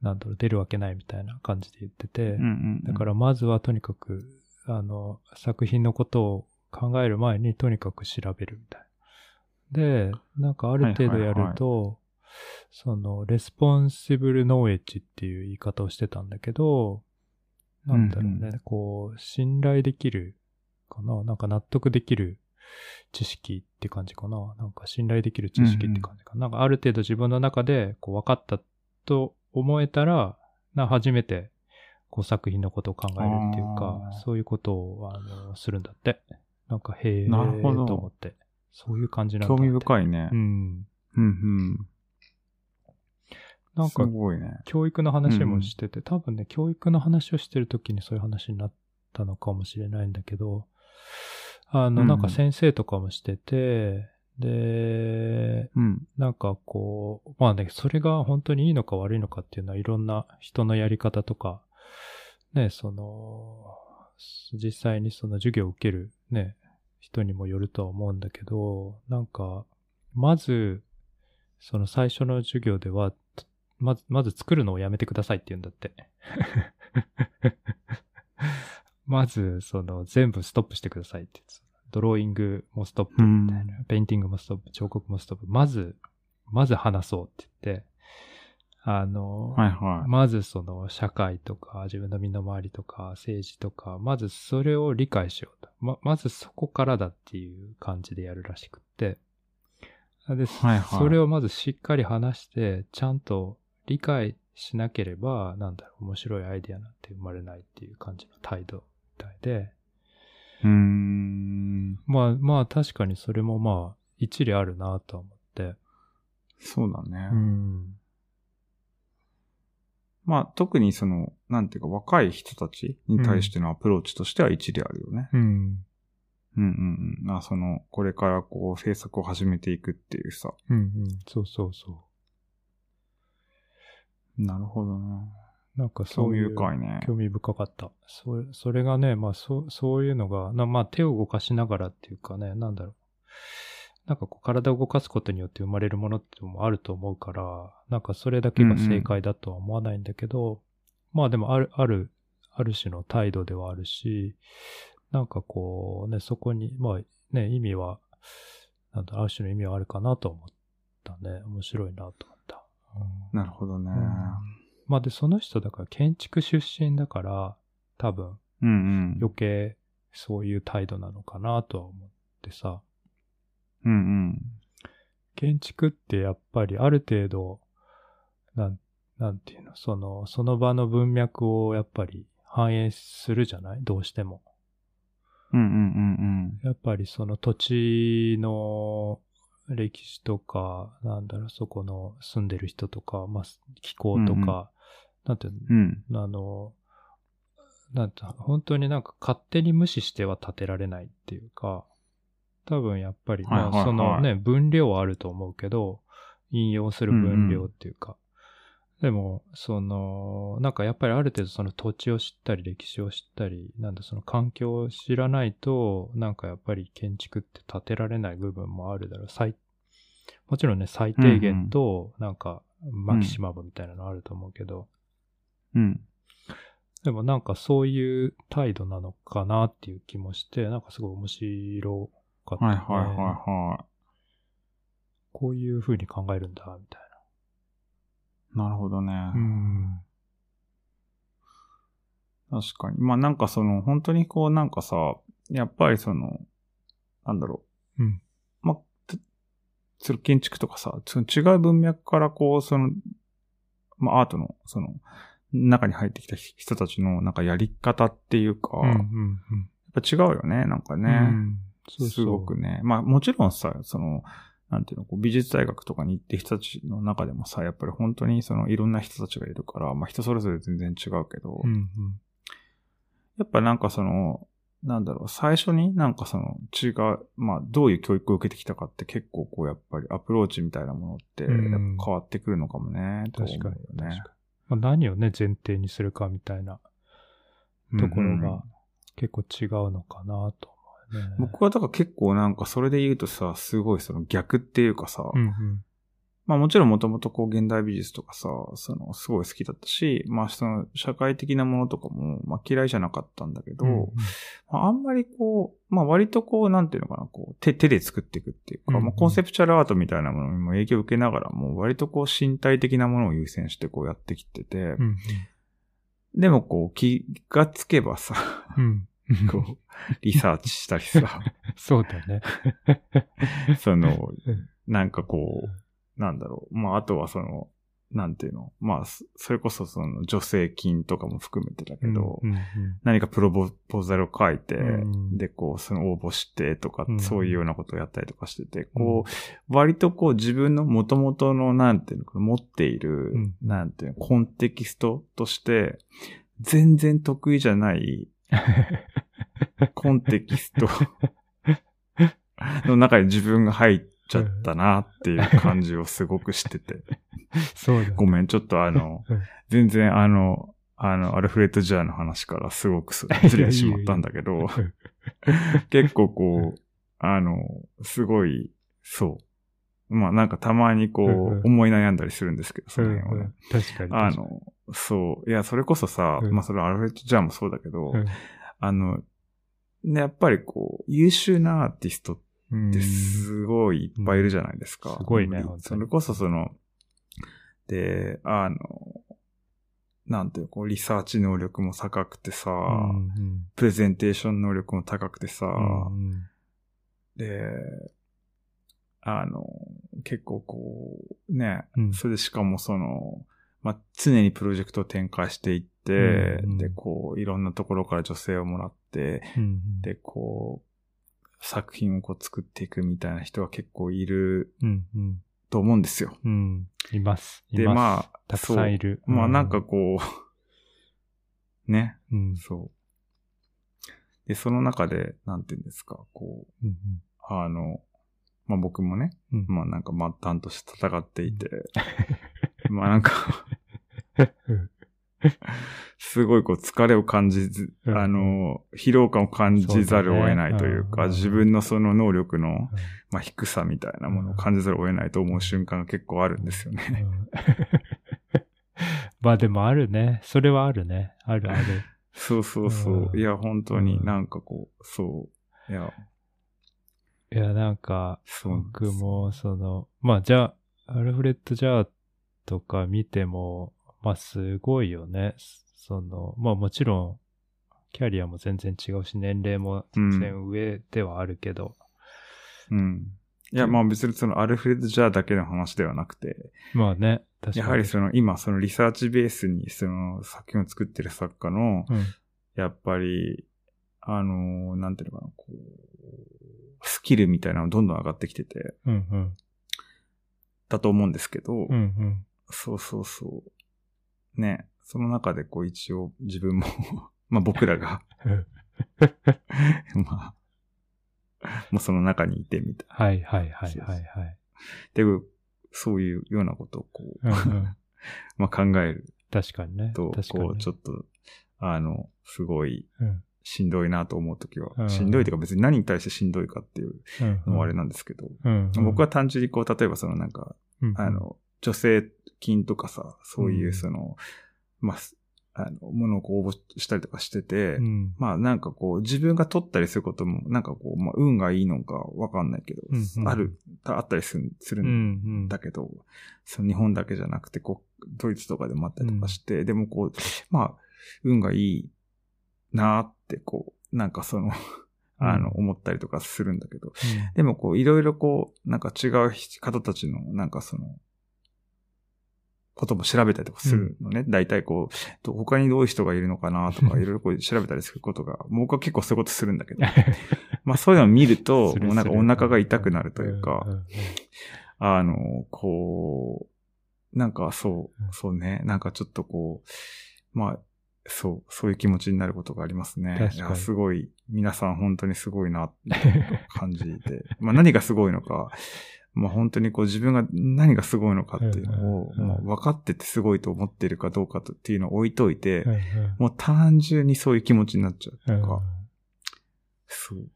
なんだろう、出るわけないみたいな感じで言ってて、
うん。うんうん。、
だかららまずはとにかく、あの、作品のことを考える前にとにかく調べるみたいな。で、なんかある程度やると、その、レスポンシブルノーエッジっていう言い方をしてたんだけど、なんだろうね、
うん
こう、信頼できるかななんか納得できる知識って感じかななんか信頼できる知識って感じかな、なんかある程度自分の中で、こう、分かったと思えたら、な、初めて、こう作品のことを考えるっていうか
あー、
そういうことを、あの、するんだって。なんか、へえ、と
なるほど
思って。そういう感じなんだ
興
って。
味深いね
う。ん。
うんうん。
なん
す
か、
ごいね。
教育の話もしてて、多分ね、教育の話をしてる時にそういう話になったのかもしれないんだけど、あ
う
の、
ん
なんか先生とかもしてて、で、
うん。
なんかこう、まあね、それが本当にいいのか悪いのかっていうのは、いろんな人のやり方とか、ね、その、実際にその授業を受けるね、人にもよるとは思うんだけど、なんか、まず、その最初の授業では、まず、まず作るのをやめてくださいって言うんだって。 まず、その、全部ストップしてくださいって言ってたドローイングもストップみたいな、ペインティングもストップ、彫刻もストップ。まず、まず話そうって言って、あの、
はいはい。
まずその社会とか自分の身の回りとか政治とか、まずそれを理解しようと。ま、まずそこからだっていう感じでやるらしくって。で、
はいはい
それをまずしっかり話して、ちゃんと理解しなければ、なんだろう、面白いアイディアなんて生まれないっていう感じの態度みたいで。
うーん。
まあまあ確かにそれもまあ一理あるなとは思って。
そうだね。
ん。
まあ、特にその、なんていうか、若い人たちに対してのアプローチとしては一理あるよね。
うん。
うんうんうん。あ、その、これからこう、制作を始めていくっていうさ。
うんうん。そうそうそう。
なるほどね。
なんかそ
興
う
味
いう。
深いね。
興味深かった。それそれがね、まあそう、そういうのが、なまあ手を動かしながらっていうかね、なんだろう。なんかこう体を動かすことによって生まれるものっていうのもあると思うから、なんかそれだけが正解だとは思わないんだけど、まあでもある、ある、ある種の態度ではあるし、なんかこうね、そこに、まあね、意味は、なんだ、ある種の意味はあるかなと思ったね。面白いなと思った。うん
なるほどね。
まあで、その人だから建築出身だから、多分
うんうん。
余計そういう態度なのかなとは思ってさ、
うんうん。
建築ってやっぱりある程度、なん、なんていうの、その、その場の文脈をやっぱり反映するじゃないどうしても。
うんうんうん
やっぱりその土地の歴史とか、なんだろう、そこの住んでる人とか、まあ、気候とか、なんていう
うん。うん。
の、あの、なんて本当になんか勝手に無視しては建てられないっていうか、多分やっぱり、
はいはい
まあそのね、分量はあると思うけど、引用する分量っていうか、でも、その、なんかやっぱりある程度その土地を知ったり歴史を知ったり、なんだその環境を知らないと、なんかやっぱり建築って建てられない部分もあるだろう。最、もちろんね、最低限と、なんか、マキシマムみたいなのあると思うけど、
うん。
でもなんかそういう態度なのかなっていう気もして、なんかすごい面白かった、ね。
はいはいはいは
こういう風に考えるんだ、みたい
い。なるほどね。
な。ん。
確かに。まあなんかその、本当にこうなんかさ、やっぱりその、なんだろう。
うん。
まあ、つその建築とかさ、その違う文脈からこう、その、まあアートの、その、中に入ってきた人たちのなんかやり方っていうか、
うんう
や
ん
っぱ違うよね、なんか
うん。
ね。
うんそうそう
すごく。ね。まあもちろんさ、その、なんていうの、こう美術大学とかに行って人たちの中でもさ、やっぱり本当にそのいろんな人たちがいるから、まあ人それぞれ全然違うけど、
うんうん。
やっぱなんかその、なんだろう、最初になんかその違う、まあどういう教育を受けてきたかって結構こうやっぱりアプローチみたいなものってやっぱ
うん
変わってくるのかもね、と思う
確か
よ
に。確かに
ね。
まあ、何をね、前提にするかみたいなと
うん
ころ
うんうん
が結構違うのかなと思うね。
僕はだから結構なんかそれで言うとさ、すごいその逆っていうかさ、
うんうん。
まあもちろんもともとこう現代美術とかさ、そのすごい好きだったし、まあその社会的なものとかもまあ嫌いじゃなかったんだけど、
うんうん
まああんまりこう、まあ割とこうなんていうのかな、こう手手で作っていくっていうか、
うんうん
まあコンセプチュアルアートみたいなものにも影響を受けながらも割とこう身体的なものを優先してこうやってきてて、
うん
でもこう気がつけばさ、
うん。うん
こうリサーチしたりさ、
そうだね。
その
うん、
なんかこう、なんだろう。まあ、あとはその、なんていうの。まあ、そそれこそその助成金とかも含めてだけど、
うんうん
何かプロポーザルを書いて、
うん
で、こう、その応募してとか
う、ん
そういうようなことをやったりとかしてて、
うん
こう、割とこう自分の元々の、なんていうのかな、持っている、
うん
なんていうの、コンテキストとして、全然得意じゃ ない、コンテキストの中に自分が入っちゃったなっていう感じをすごくしてて。
そうだね。
ごめん、ちょっとあの
うん、
全然あの、あの、アルフレッド・ジャーの話からすごくそずれてしまったんだけど、結構こう、あの、すごい、そう。まあなんかたまにこ
うんうん
う、思い悩んだりするんですけど、そ
うん
の辺を
う
ね
ん。確かに。
あの、そう。いや、それこそさ、
うん
まあそれはアルフレッド・ジャーもそうだけど
確か、に、
あの、ね、やっぱりこう、優秀なアーティスト
うん
ってすごいいっぱいいるじゃないですか。
うんすごいね
で
本当に
それこそその、で、あの、なんていうのこう、リサーチ能力も高くてさ、
うんうん
プレゼンテーション能力も高くてさ、
うんうん
で、あの、結構こう、ね、
うん
それでしかもその、まあ、常にプロジェクトを展開していって、
うんうん
で、こう、いろんなところから女性をもらって、
うん
で、こう、作品をこう作っていくみたいな人が結構いる
うんうん
と思うんですよ。
うんいます。い
で、
ます
まあ、
たくさんいる。
そうまあ
う
なんか、こう、 ね、
うん
そう。で、その中で、なんていうんですか、こう、
うん
あの、まあ僕もね、
うん
まあなんか末端として戦っていて、 まあなんか、
うん
すごいこう疲れを感じず、
うん
あの、疲労感を感じざるを得ないという
そうだねうんうんう
か、
ん
自分のその能力の、まあ、低さみたいなものを感じざるを得ないと思う瞬間が結構あるんです よね。
うんまあでもあるね。それはあるね。あるある。
そうそうそうう。
ん
いや、本当になんかこう、そう。いや、
いや、なんか、
そう。
僕も、その、まあじゃあ、アルフレッド・ジャーとか見ても、まあすごいよね。その、まあもちろん、キャリアも全然違うし、年齢も全然上ではあるけど、
うん。いや、まあ別にそのアルフレッド・ジャーだけの話ではなくて、
まあね、確かに。
やはりその今そのリサーチベースにその作品を作ってる作家の、
うん、
やっぱり、あのーなんていうのかな、こう、スキルみたいなのどんどん上がってきてて、
うん、うん。
だと思うんですけど、
うん、うん。
そうそうそう。ね、その中でこう一応自分も、 まあ僕ら が、まあ、もうその中にいてみたい
はいはいはい
そう
は
そう
いはい。
で、そういうようなことをこう、
うんうん、
まあ考える
確かにね。
と、
確かにね、
こうちょっと、あの、すごい
うん
しんどいなと思うときは、
うん
しんどいというか別に何に対してしんどいかっていう
うんう
の
ん
もあれなんですけど、
うんうん
僕は、単純にこう、例えばそのなんか、
うんうん
あ、の、助成金とかさ、そういううんその、まあ、すあの、ものをこう応募したりとかしてて、
うん
まあなんかこう、自分が取ったりすることも、なんかこう、まあ運がいいのかわかんないけど、
うんうん
ある、あったりするする
うんん
だけど、その日本だけじゃなくて、こう、ドイツとかでもあったりとかして、でもこう、まあ、運がいいなーって、こう、なんかその、あの、思ったりとかするんだけど、でもこう、いろいろこう、なんか違う方たちの、なんかその、ことも調べたりとかするのね。大体こう、ど他にどういう人がいるのかなと か、いろいろこう調べたりすることが、僕は結構そういうことするんだけど、ま あそういうのを見ると、
する
もうなんかお腹が痛くなるというか、
うんうんうん
あの、こう、なんかそう、そうね、なんかちょっとこう、まあ、そう、そういう気持ちになることがありますね。
確かに
いやすごい、皆さん本当にすごいなって感じて、 まあ何がすごいのか、まあ本当にこう自分が何がすごいのかっていうのを、
うんうんうん
まあ分かっててすごいと思ってるかどうかとっていうのを置いといて、
うん
もう単純にそういう気持ちになっちゃうと
うん
いうか、
うん
そう、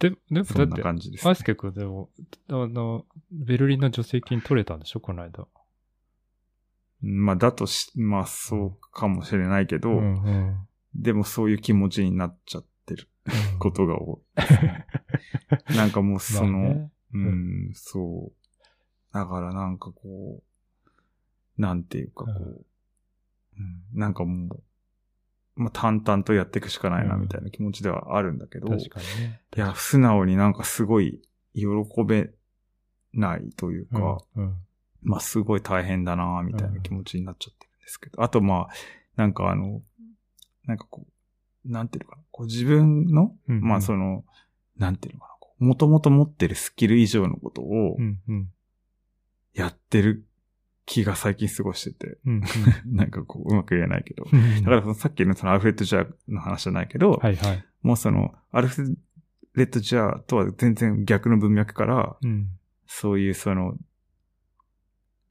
ででも
そ
だっ
んな
て、
感じです、
アイスケ君でも、あの、ベルリンの助成金取れたんでしょこの間。
まあだとし、まあそうかもしれないけど、
うんうん
でもそういう気持ちになっちゃってることが多 い。なんかもうその、
まあね
うん、そう。だからなんかこう、なんていうかこう、
う
うんなんかもう、まあ、淡々とやっていくしかないな
うん
みたいな気持ちではあるんだけど、
確かにね。
いや、素直になんかすごい喜べないというか、
うんうん
まあすごい大変だなみたいな気持ちになっちゃってるんですけど。あとまあ、なんかあの、なんかこう、なんていうのかな、こう自分の、
うんうん
まあその、なんていうのかな、もともと持ってるスキル以上のことを
うんうん
やってる気が最近過ごして て、
うんうん
なんかこう、うまく言えないけど。
うん
だからそのさっきのそのアルフレッド・ジャーの話じゃないけど、
はいはい。
もうその、アルフレッド・ジャーとは全然逆の文脈から、
うん
そういうその、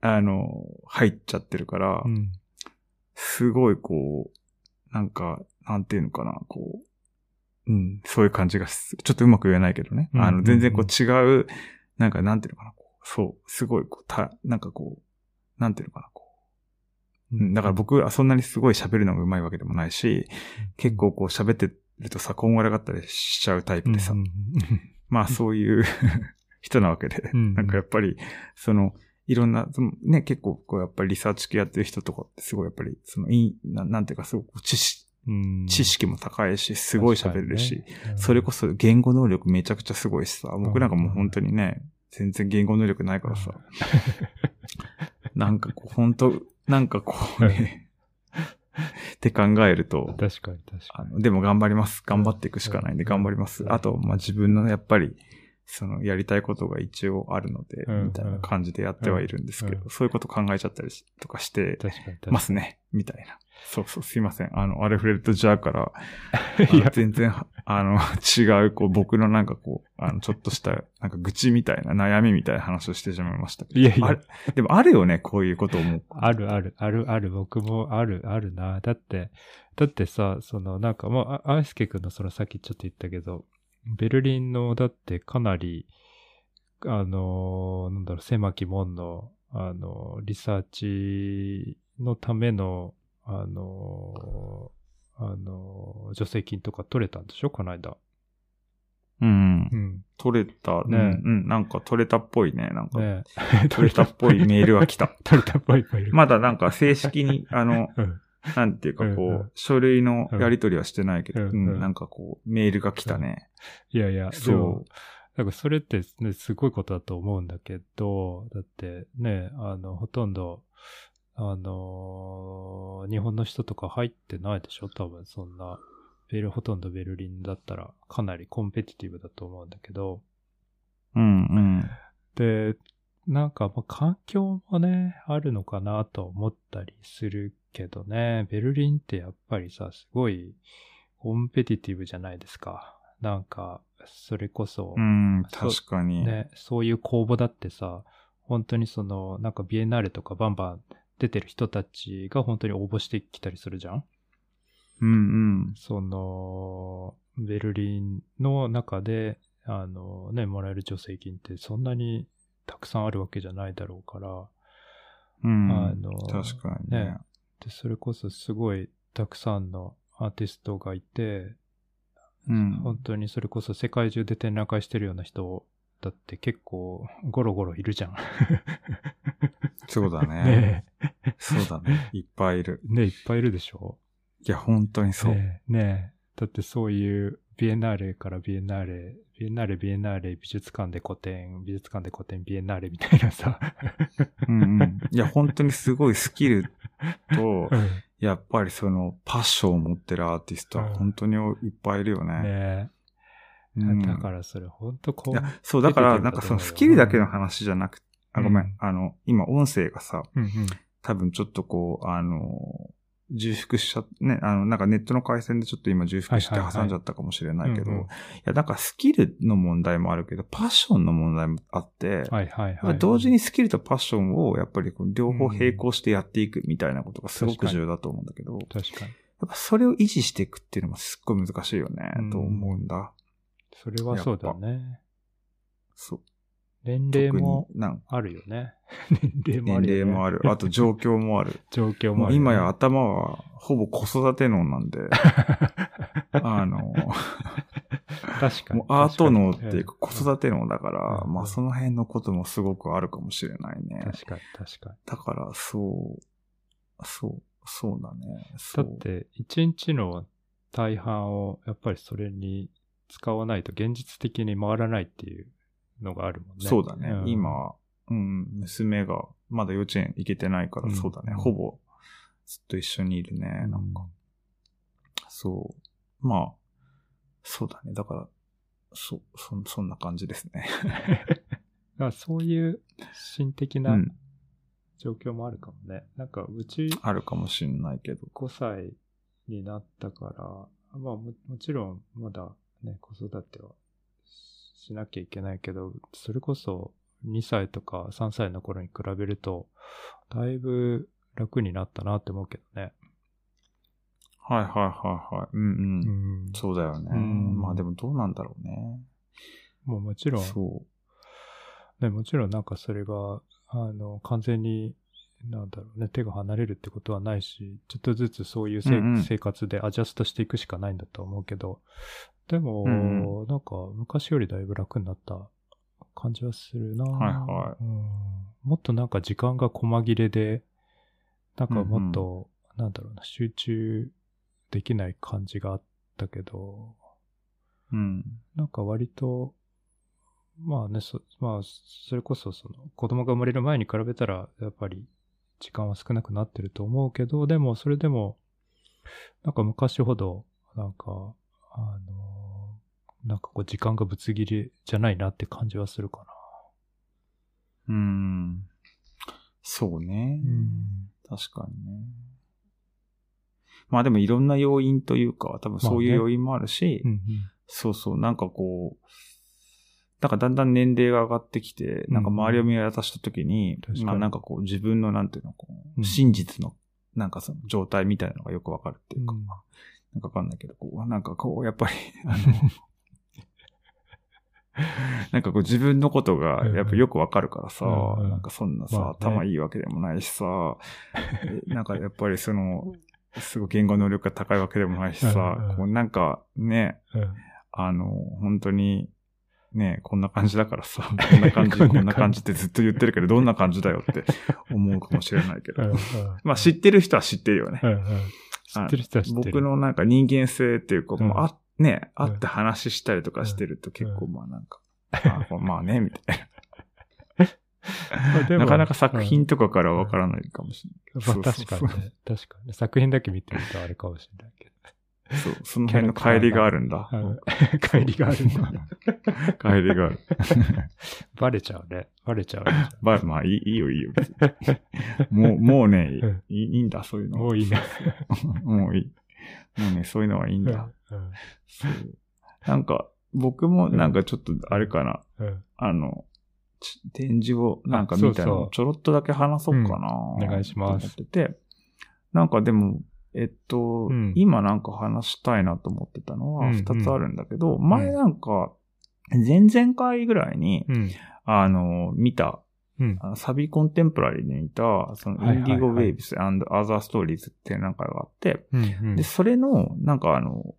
あの、入っちゃってるから、
うん
すごいこう、なんか、なんていうのかな、こう、うん、そういう感じがす、ちょっとうまく言えないけどね。
うん
あ
うんう
の、
ん
全然こう違う、なんかなんていうのかな、こうそう、すごいこう、た、なんかこう、なんていうのかな、こう。うん、だから僕はそんなにすごい喋るのが上手いわけでもないし、結構こう喋ってるとさ、こんがらがったりしちゃうタイプでさ、
うんうん
まあそういう 人なわけで、
うん
なんかやっぱり、その、いろんな、そのね、結構こうやっぱりリサーチ系やってる人とかってすごいやっぱり、そのいいな、なんていうかすごく知識、
うん
知識も高いし、すごい喋れるし、
確かにね
それこそ言語能力めちゃくちゃすごいしさ、僕なんかもう本当にね、全然言語能力ないから さ、なんかこう本当、なんかこう ね、って考えると、
確かに確か
あの、でも頑張ります。頑張っていくしかないんで
うん
頑張ります。
うん
あと、まあ、自分のやっぱり、その、やりたいことが一応あるので、
うん
みたいな感じでやってはいるんですけ
うんう
ど、そういうこと考えちゃったりしとかして
に。確かに確かに。
ますね、みたいな。そうそう、すいません。あの、アルフレッド・ジャー から、あ
い
の
や、
全然、あの、違う、こう、僕のなんかこう、あの、ちょっとした、なんか愚痴みたいな、悩みみたいな話をしてしまいましたけど。
いやいや
あれでもあるよね、こういうことも。
あるある、あるある、僕もある、あるな。だって、だってさ、その、なんか、まあ、アイスケ君のそのさっきちょっと言ったけど、ベルリンの、だってかなり、あのー、なんだろう、狭き門の、あのー、リサーチのための、あのー、あのー、助成金とか取れたんでしょこの間。
うん
う。ん。
取れた、うん、う
ね
ん、なんか取れたっぽいね、なんか。
ね
取れたっぽいメールは来た。
取れたっぽいっぽい。
まだなんか正式に、あの、
うん
なんていうかこ
うんう
う、書類のやり取りはしてないけど、
う
うん
うん
んなんかこう、メールが来たね。
いやいや、
そ
そうう。なんかそれって、ね、すごいことだと思うんだけど、だってね、あの、ほとんど、あのー日本の人とか入ってないでしょ多分そんな、ベル、ほとんどベルリンだったらかなりコンペティティブだと思うんだけど、
うん、うん。
で、なんかまあ環境もね、あるのかなと思ったりするけどね、ベルリンってやっぱりさ、すごいコンペティティブじゃないですか。なんか、それこそ、
うん、
そう
確かに。
ね、そういう公募だってさ、本当にその、なんかビエンナーレとかバンバン出てる人たちが本当に応募してきたりするじゃん
うん、うん。
その、ベルリンの中で、あのね、もらえる助成金ってそんなにたくさんあるわけじゃないだろうから、
うん、
あの
確かにね。
ねで、それこそすごいたくさんのアーティストがいて、
うん。
本当にそれこそ世界中で展覧会してるような人だって結構ゴロゴロいるじゃん。
そうだね。
ね
そうだね。いっぱいいる。
えねえいっぱいいるでしょ
いや、本当にそう。
ねえねえだってそういうビエンナーレからビエンナーレ、ビエンナーレ、ビエンナーレ、美術館で個展、美術館で個展、ビエンナーレみたいなさ。
うんうん。いや、本当にすごいスキルと
う、 ん
やっぱりそのパッションを持ってるアーティストは本当にいっぱいいるよね。
ねえ
うん、
だからそれ本当こ。
いうや、そう、だから、
出てくるん
な
だ
んか
と思うよ
そのスキルだけの話じゃなくて、あ、ごめ
うんん。
あの、今音声がさ、
うんうん
多分ちょっとこう、あの、重複しちゃ、ね、あの、なんかネットの回線でちょっと今重複して
はいはいはい
挟んじゃったかもしれないけど、
うん
い
うん
や、なんかスキルの問題もあるけど、パッションの問題もあって、
はいはい
やっぱ
はい。
同時にスキルとパッションをやっぱりこう両方並行してやっていくみたいなことがすごく重要だと思うんだけど、や
確かに。
っぱそれを維持していくっていうのもすっごい難しいよね、
うん
と思うんだ。
それはそうだね。
そう。
年
特
齢
に
も
なんか
あるよね。 年齢もあ
年
るよね。
齢もある。あと状況もあ る。
状況も
も
あ
う
るよね。
今や頭はほぼ子育て脳なんで、あの、
確かに。
もうアート脳っ
確
て
かに
いうか子育て脳だから、
うん
まあその辺のこともすごくあるかもしれないね。
確かに確かに。
だから、そう、そう、そうだね。そ
だ
う
って、一日の大半を、やっぱりそれに使わないと現実的に回らないっていうのがあるもんね。
そうだね。
ん
今、うん、娘がまだ幼稚園行けてないから、
うん
そうだね。ほぼずっと一緒にいるね。なんか、そう。まあ、そうだね。だから、そ、そん、そんな感じですね。
だからそういう心的
う。
なん状況もあるかもね。なんか、うち
あるかもしれないけど。
5歳になったから、まあももちろんまだね、子育てはしなきゃいけないけど、それこそ2歳とか3歳の頃に比べると、だいぶ楽になったなって思うけどね。
はいはいはいはい。うんうん。
ん
そうだよね。
うん
まあでもどうなんだろうね。
もうもちろん、
そ
ね、もちろんなんかそれが、あの、完全に、なんだろうね、手が離れるってことはないし、ちょっとずつそういうせ
うんうん
生活でアジャストしていくしかないんだと思うけど、でも、
うん
なんか昔よりだいぶ楽になった感じはするな、
はいは
うんもっとなんか時間が細切れで、なんかもっと、なんだろうな、集中できない感じがあったけど、
う。うん。
なんか割と、まあね、そまあ、それこそその子供が生まれる前に比べたら、やっぱり時間は少なくなってると思うけど、でもそれでも、なんか昔ほど、なんか、あのなんかこう時間がぶつ切りじゃないなって感じはするか
うん。そうね。
な。
確かにね。まあでもいろんな要因というか、多分そうい
まあ
う
ね
要因もあるし、
うん
そうそう、なんかこう、なんかだんだん年齢が上がってきて、なんか周りを見渡したときに、
確かに
まあなんかこう自分のなんていうの、こ
うん
う真実の、なんかその状態みたいなのがよくわかるっていうか、
うん
なんかわかんないけど、こう、なんかこう、やっぱ り、あの、 なんかこう自分のことがやっぱよくわかるからさ、
うんうん
なんかそんな
まあね
さ、頭いいわけでもないし さ、なんかやっぱりその、すごい言語能力が高いわけでもないし
うんう
さ
ん、
こうなんかね、
うんうん
あの、本当に、ね、こんな感じだからさ、こんな感じ、
こんな感じ
こんな感じってずっと言ってるけど、どんな感じだよって思うかもしれないけ
うん
ど
う ん。
まあ知ってる人は知ってるよね
う。んうん知ってる人は知ってる。
僕のなんか人間性っていうか、
うん
もうあ、ね、
うん
会って話したりとかしてると結構まあなんか、あこうまあね、みたい
まあ で
な。な
も
かなか作品とかからはわからないかもし
うん
そう
ま
そ
あ
う
確
そう
かにね。確かにね。作品だけ見てるとあれかもしれないけ
れない。そう、その辺の帰りがあるんだ。
ど。うん 帰りがあるんだ。
帰りがある。
バレちゃうね。バレちゃうね。
まあ、まあ、いいいいよ、いいよ。別にもう、 もうね
うん、
いいいいんだ、そういうの。
もういいな。
もういい。もうね、そういうのはいいん
うん
だ。そう。なんか、僕もなんかちょっと、あれかな、
うんうん
あの、ち展示をなんか見た
あそうそ
の
う
をちょろっとだけ話そうかな、
んお願いします
と思ってて、なんかでも、えっと、
うん
今なんか話したいなと思ってたの
う
は
んうん
二つあるんだけど、前なんか、前々回ぐらいに、
うん。
あの、見た、
うん
あのサビコンテンポラリーで見た、そ
は
の、
い
イン
はいはい
ディゴ・ウェイブスアンド・アザー・ストーリーズっていうなんかがあって、
うんうん
で、それの、なんかあの、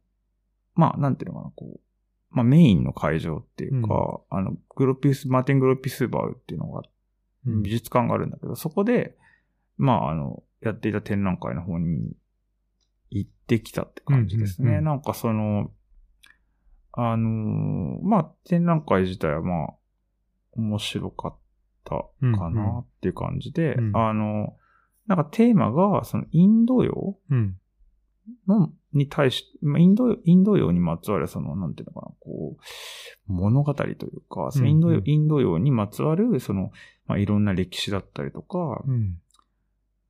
まあ、なんていうのかな、こう、まあ、メインの会場っていうか、あの、グロピウス、マーティン・グロピスバウっていうのが、
うん
美術館があるんだけど、そこで、まあ、あの、やっていた展覧会の方に行ってきたって感じですね。
うんうんうん
なんかその、あのーまあ、展覧会自体はまあ、面白かったかなっていう感じで、
うんうん
あの、なんかテーマが、そのインド洋
うん。
の、に対し、まあインド、インド洋にまつわる、その、なんていうのかな、こう、物語というか、そのインド洋、
うんうん
インド洋にまつわる、その、まあ、いろんな歴史だったりとか、
うん。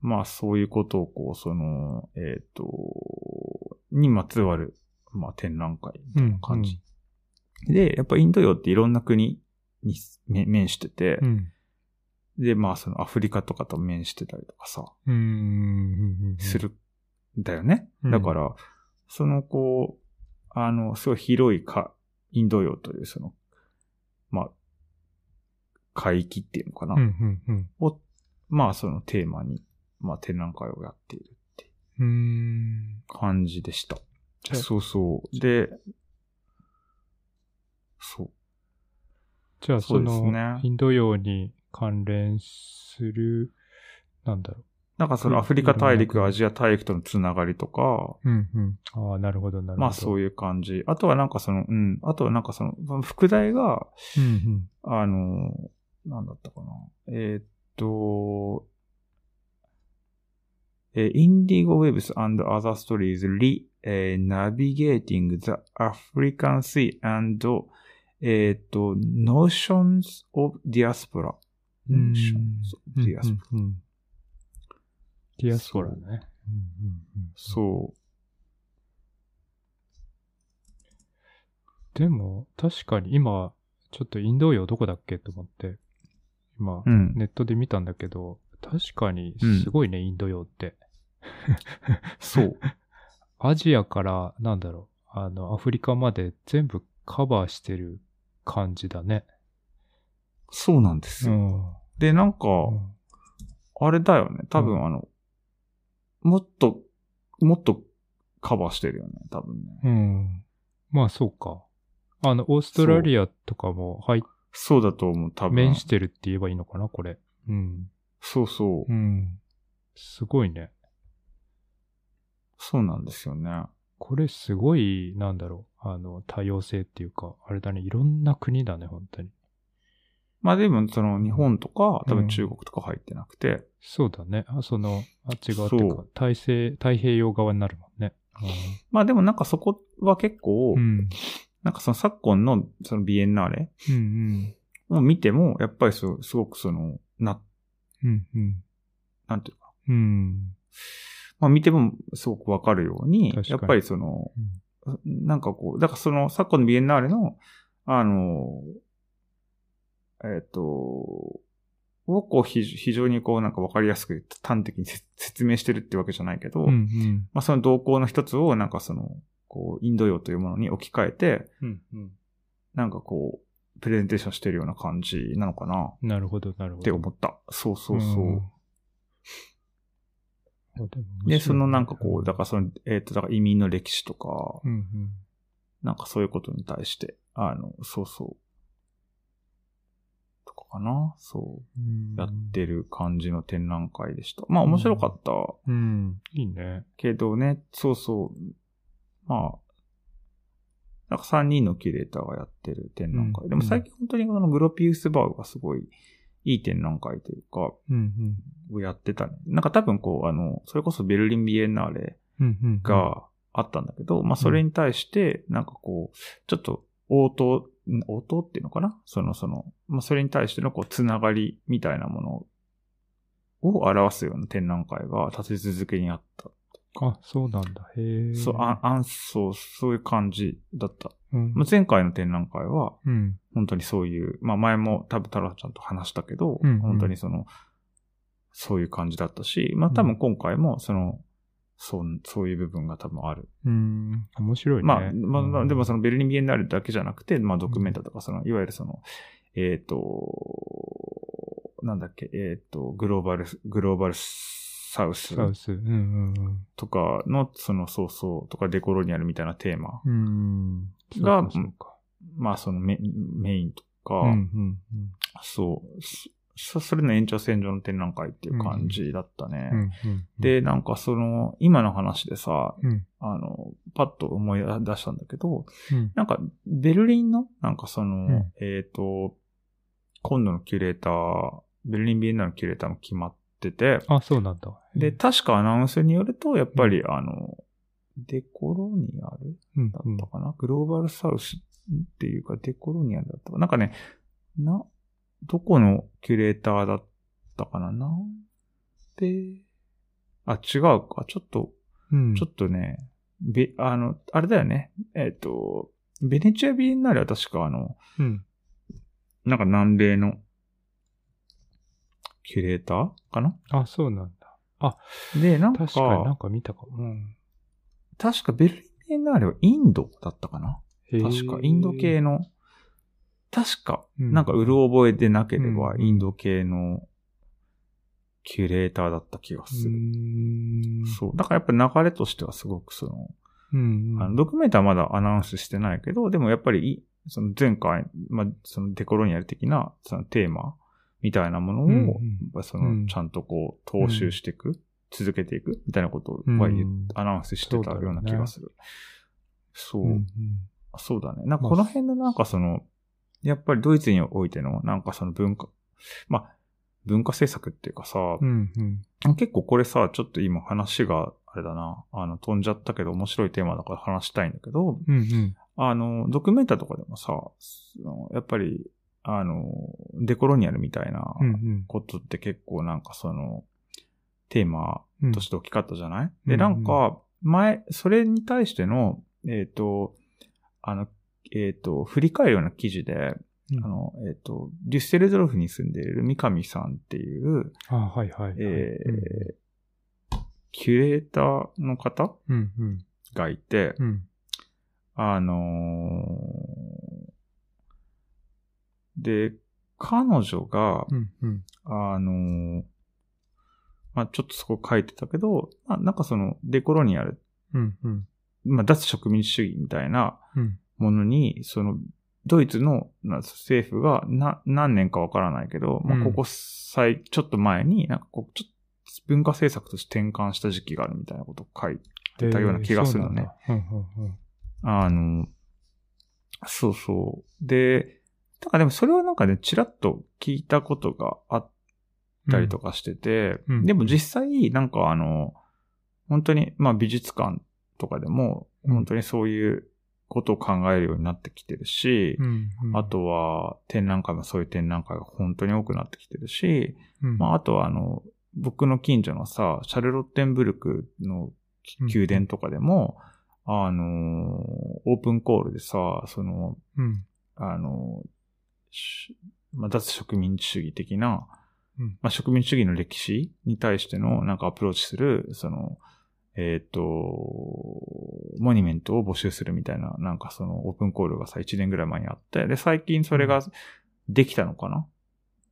まあ、そういうことを、こう、その、えっ、と、にまつわる、まあ、展覧会みたいな感じ。で、やっぱインド洋っていろんな国にめ面してて、
うん。
で、まあ、そのアフリカとかと面してたりとかさ、
うんうん。
す。るんだよね。
うん
だから、そのこう、あの、すごい広いか、インド洋というその、まあ、海域っていうのかな、
うんうんうん。
を、まあそのテーマに、まあ展覧会をやっている
うーん。
感じでした。
じゃあ
そうそう。で、そう。
じゃあ、そ
そうです
の
ね、
インド洋に関連する、なんだろ
なんかそのアフリカ大陸、アジア大陸とのつながりとか、
う。うんうん。ああ、なるほど、なるほど。
まあそうういう感じ。あとはなんかその、うん。あとはなんかその、副題が、
いう。うん
あの、なんだったかな。えーっと、えー Indigo Waves and Other Stories Re、えー Navigating the African Sea and えーっと、Notions of Diaspora。
うん。うん
Notions of Diaspora。。
うんうんうんディアスポラね。うんうんうん
そう。
でも、確かに今、ちょっとインド洋どこだっけと思って、今、
うん。
ネットで見たんだけど、確かにすごいね、インド洋って。
そう。
アジアから、なんだろう、あの、アフリカまで全部カバーしてる感じだね。
そうなんですよ。
ん。
で、なんか、
うん
あれだよね。多
うん
分あの、もっと、もっとカバーしてるよね。多分ね。
うん。まあ、そうか。あの、オーストラリアとかも、はい、
そうだと思う。多分。
面してるって言えばいいのかな、これ。うん。
そうそう。
うん。すごいね。
そうなんですよね。
これすごい、なんだろう、あの、多様性っていうか、あれだね、いろんな国だね、本当に。
まあでも、その日本とか、多
うん
分中国とか入ってなくて、
そうだね。あ、その、あっち側っていう
そ
か、大西、太平洋側になるもんね。
まあでもなんかそこは結構、
うん。
なんかその昨今のそのビエンナーレ
うんうん。
を見ても、やっぱりそうすごくその、な、
うんうん。
なんていうか、
うん。
まあ見てもすごくわかるように、
確か
や
に
っぱりその、なんかこう、だからその昨今のビエンナーレの、あの、えっ、と、をこう非非常にこうなんかわかりやすく端的にせ説明してるってわけじゃないけど、
うんうん。
まあ、その動向の一つを、なんかその、こう、インド洋というものに置き換えて、
うんうん。
なんかこう、プレゼンテーションしてるような感じなのかな
なるほど、なるほど。
って思った。そうそうそう。
んあでも面白いね
で、そのなんかこう、だからその、えっ、と、だから移民の歴史とか、
うんうん。
なんかそういうことに対して、あの、そうそう、かな。そうう。
ん
やってる感じの展覧会でした。まあ面白かった
うん。いいね。
けどね、そうそう。まあ、なんか3人のキュレーターがやってる展覧会。
うん
でも最近本当にこのグロピウスバウがすごいいい展覧会というか、
うん
をやってたね。なんか多分こう、あの、それこそベルリンビエンナーレ
うん。うんうん。、
があったんだけど、まあそれに対して、なんかこう、ちょっと応答、ん応答っていうのかなそのその、まあそれに対してのこう、つながりみたいなものを表すような展覧会が立て続けにあった。
あ、そうなんだ。へえ。
そう、あ、あん、そう、そういう感じだった。
うん
まあ、前回の展覧会は、
うん。
本当にそういう、まあ前も多分太郎ちゃんと話したけど、
うんうん
本当にその、そういう感じだったし、まあ多分今回もその、そう、そういう部分が多分ある。
うん。面白いね。
まあ、まあ、まあ、でもそ
の、
のベルリンビエンナーレだけじゃなくて、まあドキュメンタとか、その、いわゆるその、えっ、と、なんだっけ、えっ、と、グローバル、グローバルサウス
サウス。うんうん
とかの、その、そうそうとかデコロニアルみたいなテーマ
うん。うん。
が
そうかそうか。
まあそのメメインとか、
うんうんうん。
そうそ、それの延長線上の展覧会っていう感じだったね。
うんうん。
で、なんかその、今の話でさ、
うん
あの、パッと思い出したんだけど、
うん、
なんか、ベルリンの、なんかその、
ん
えっ、と、今度のキュレーター、ベルリンビエンナのキュレーターも決まってて、
あ、そうなんだ。
で、、確かアナウンスによると、やっぱり、あの、デコロニアル
うん
だ
うん
っ、たかな、グローバルサウスっていうか、デコロニアだったかな。なんかね、な、どこのキュレーターだったかななんで、あ、違うか。ちょっと、
うん、
ちょっとね、べ、あの、あれだよね。えっ、と、ベネチアビエンナーレは確かあの、
うん、
なんか南米のキュレーターかな
あ、そうなんだ。
で、なんか、
確かになんか見たかも。うん、
確かベルリンビエンナーレはインドだったかな
へー
確か、インド系、の、確か、
うん
なんか、うる覚えでなければ
う、ん
インド系のキュレーターだった気が
う
する。
ーん、
そう。だからやっぱ流れとしてはすごくその、
うん、うん、
あの、ドキュメントはまだアナウンスしてないけど、でもやっぱりい、その前回、まあ、そのデコロニアル的な、そのテーマみたいなものを、
うんうん
やっぱそうの、
ん
ちゃんとこう、踏襲していく、続けていく、みたいなことを、
うん
アナウンスしてたような気がする。そう
うん、うん、
そうだね。なんか
まあ
この辺のなんかその、やっぱりドイツにおいてのなんかその文化、まあ、文化政策っていうかさ、
うん、うん、
結構これさ、ちょっと今話があれだな、あの飛んじゃったけど面白いテーマだから話したいんだけど、
うん、うん、
あの、ドキュメンタとかでもさ、そのやっぱり、あの、デコロニアルみたいな
うん、
ことって結構なんかその、テーマ
うん、
として大きかったじゃない、
うん
で、なんか、前、それに対しての、えっ、と、あの、えっ、と、振り返るような記事で、
うん
あの、えっ、と、デュッセルドルフに住んでいる三上さんっていう、
あ、はい、はい、はい
えーキュレーターの方
うん、うん、
がいて、
うん、
あのーで、彼女が、
うん、うん、
あのーまあ、ちょっとそこ書いてたけど、まあ、なんかその、デコロニアル
うん、うん、
まあ、脱植民主義みたいな
うん、
ものに、その、ドイツのな政府がな何年かわからないけど、ま
う
あ、
ん
ここ最、ちょっと前に、なんかこう、ちょっと文化政策として転換した時期があるみたいなことを書いて、たような気がするのね
へー。そうなんだうん、うん、
あの、そうそう。で、だからでもそれはなんかね、ちらっと聞いたことがあっ
うん。
たりと
か。
かしてて、
うん
でも実際、なんかあの、本当に、まあ美術館とかでも、
うん
本当にそういうことを考えるようになってきてるし、
うん、うん
あ、とは展覧会もそういう展覧会が本当に多くなってきてるし、
うん、
まああとはあの、僕の近所のさ、シャルロッテンブルクの宮殿とかでも、あの、オープンコールでさ、その、
うん、
あの、しまあ、脱植民地主義的な、
うん
まあ、植民地主義の歴史に対してのなんかアプローチする、その、えっ、と、モニュメントを募集するみたいな、なんかそのオープンコールがさ、1年ぐらい前にあって、で、最近それができたのかな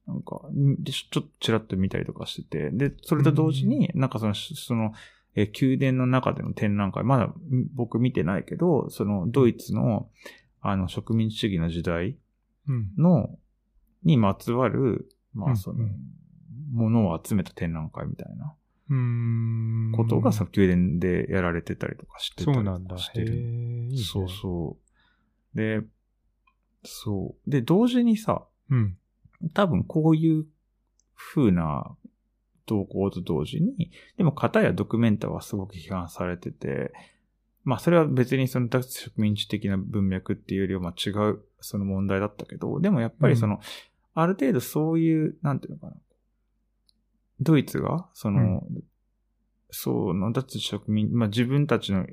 なんか、んでちょちょっとちらっと見たりとかしてて、で、それと同時に、なんかその、その、えー宮殿の中での展覧会、まだん僕見てないけど、そのドイツの、あの植民地主義の時代
うん、
の、にまつわる、ま
う
あ
ん
その
うん、
ものを集めた展覧会みたいな
うーん。
ことがさ、宮殿でやられてたりとかしてた
そう
り
なん
と
だ。
かし
へ
て
え、
る
いいね。
そうそう。で、そう。で、同時にさ、
う。うん。
多分こういう風な投稿と同時に、でも片やドキュメンタはすごく批判されてて、まあそれは別にその脱植民地的な文脈っていうよりはまあ違うその問題だったけど、でもやっぱりその、ある程度そういう、なんていうのかな、ドイツが、その、その脱植民、まあ自分たちの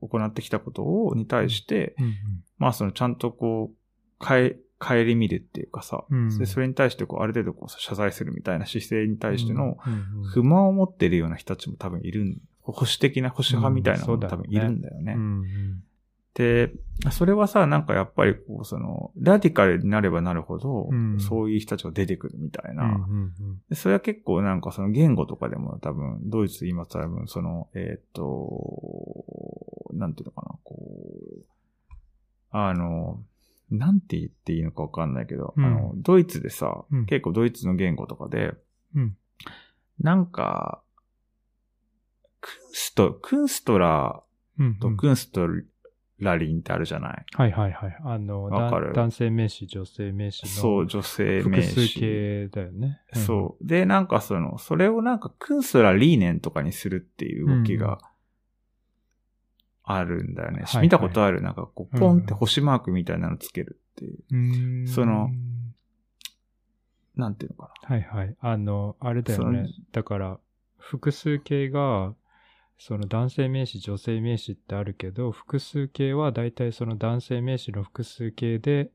行ってきたことを、に対して、
うん
まあそのちゃんとこう、かえ、帰り見るっていうかさ、
うん
でそれに対してこう、ある程度こう謝罪するみたいな姿勢に対しての
うんうん
不満を持っているような人たちも多分いるん、保守的な保守派みたいなのも多分いるんだよね。
うんうん
で、それはさ、なんかやっぱりこう、その、ラディカルになればなるほど、
うん
そういう人たちが出てくるみたいな、
うんうんうん
でそれは結構なんかその言語とかでも多分、ドイツ今多分その、えーっ、と、なんていうのかな、こう、あの、なんて言っていいのかわかんないけど、
うん
あの、ドイツでさ、
うん
結構ドイツの言語とかで、
うん
なんか、クンスト、クンストラ
うんう
と
ん。
クンストラリンってあるじゃない、
はいはいはい。あの、
わかる
だん男性名詞、女性名詞の。
そう、女性名
複
詞。
数形だよね。
そう。で、なんかその、それをなんかクンスラリーネンとかにするっていう動き
うんう
が
ん
あるんだよね。
はい
見たことある、なんかこう、
うん
ポンって星マークみたいなのつけるっていう。
うん。うーん
その、なんていうのか
はいはい。あの、あれだよね
そ。
だから、複数形が、その男性名詞、女性名詞ってあるけど、複数形は大体その男性名詞の複数形で、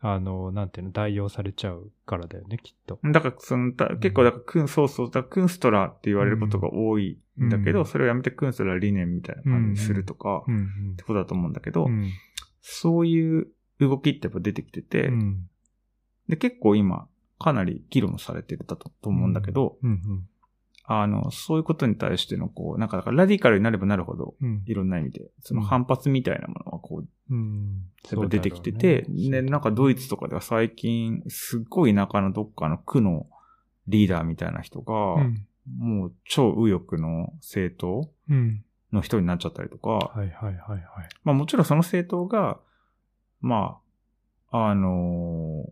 あの、なんていうの、代用されちゃうからだよね、きっと。
な。だからその、た結構だからクン、そうそう、だからクンストラって言われることが多いんだけど、
うん
それをやめてクンストラリーネンみたいな感じにするとか、
う
っ
ん
てことだと思うんだけど、
うん。うん
そういう動きってやっぱ出てきてて、
うん。
で、結構今、かなり議論されてたとと思うんだけど、
うん
あの、そういうことに対しての、こう、なんか、だからラディカルになればなるほど、
うん。うん
いろんな意味で、その
うん
反発みたいなものがこう、
うん。
やっぱ出てきてて、ね、なんかドイツとかでは最近、すっごい田舎のどっかの区のリーダーみたいな人が、
かうん。
もう超右翼の政党
うん。
の人になっちゃったりとか、
はいはいはいはい。
まあもちろんその政党が、まあ、あの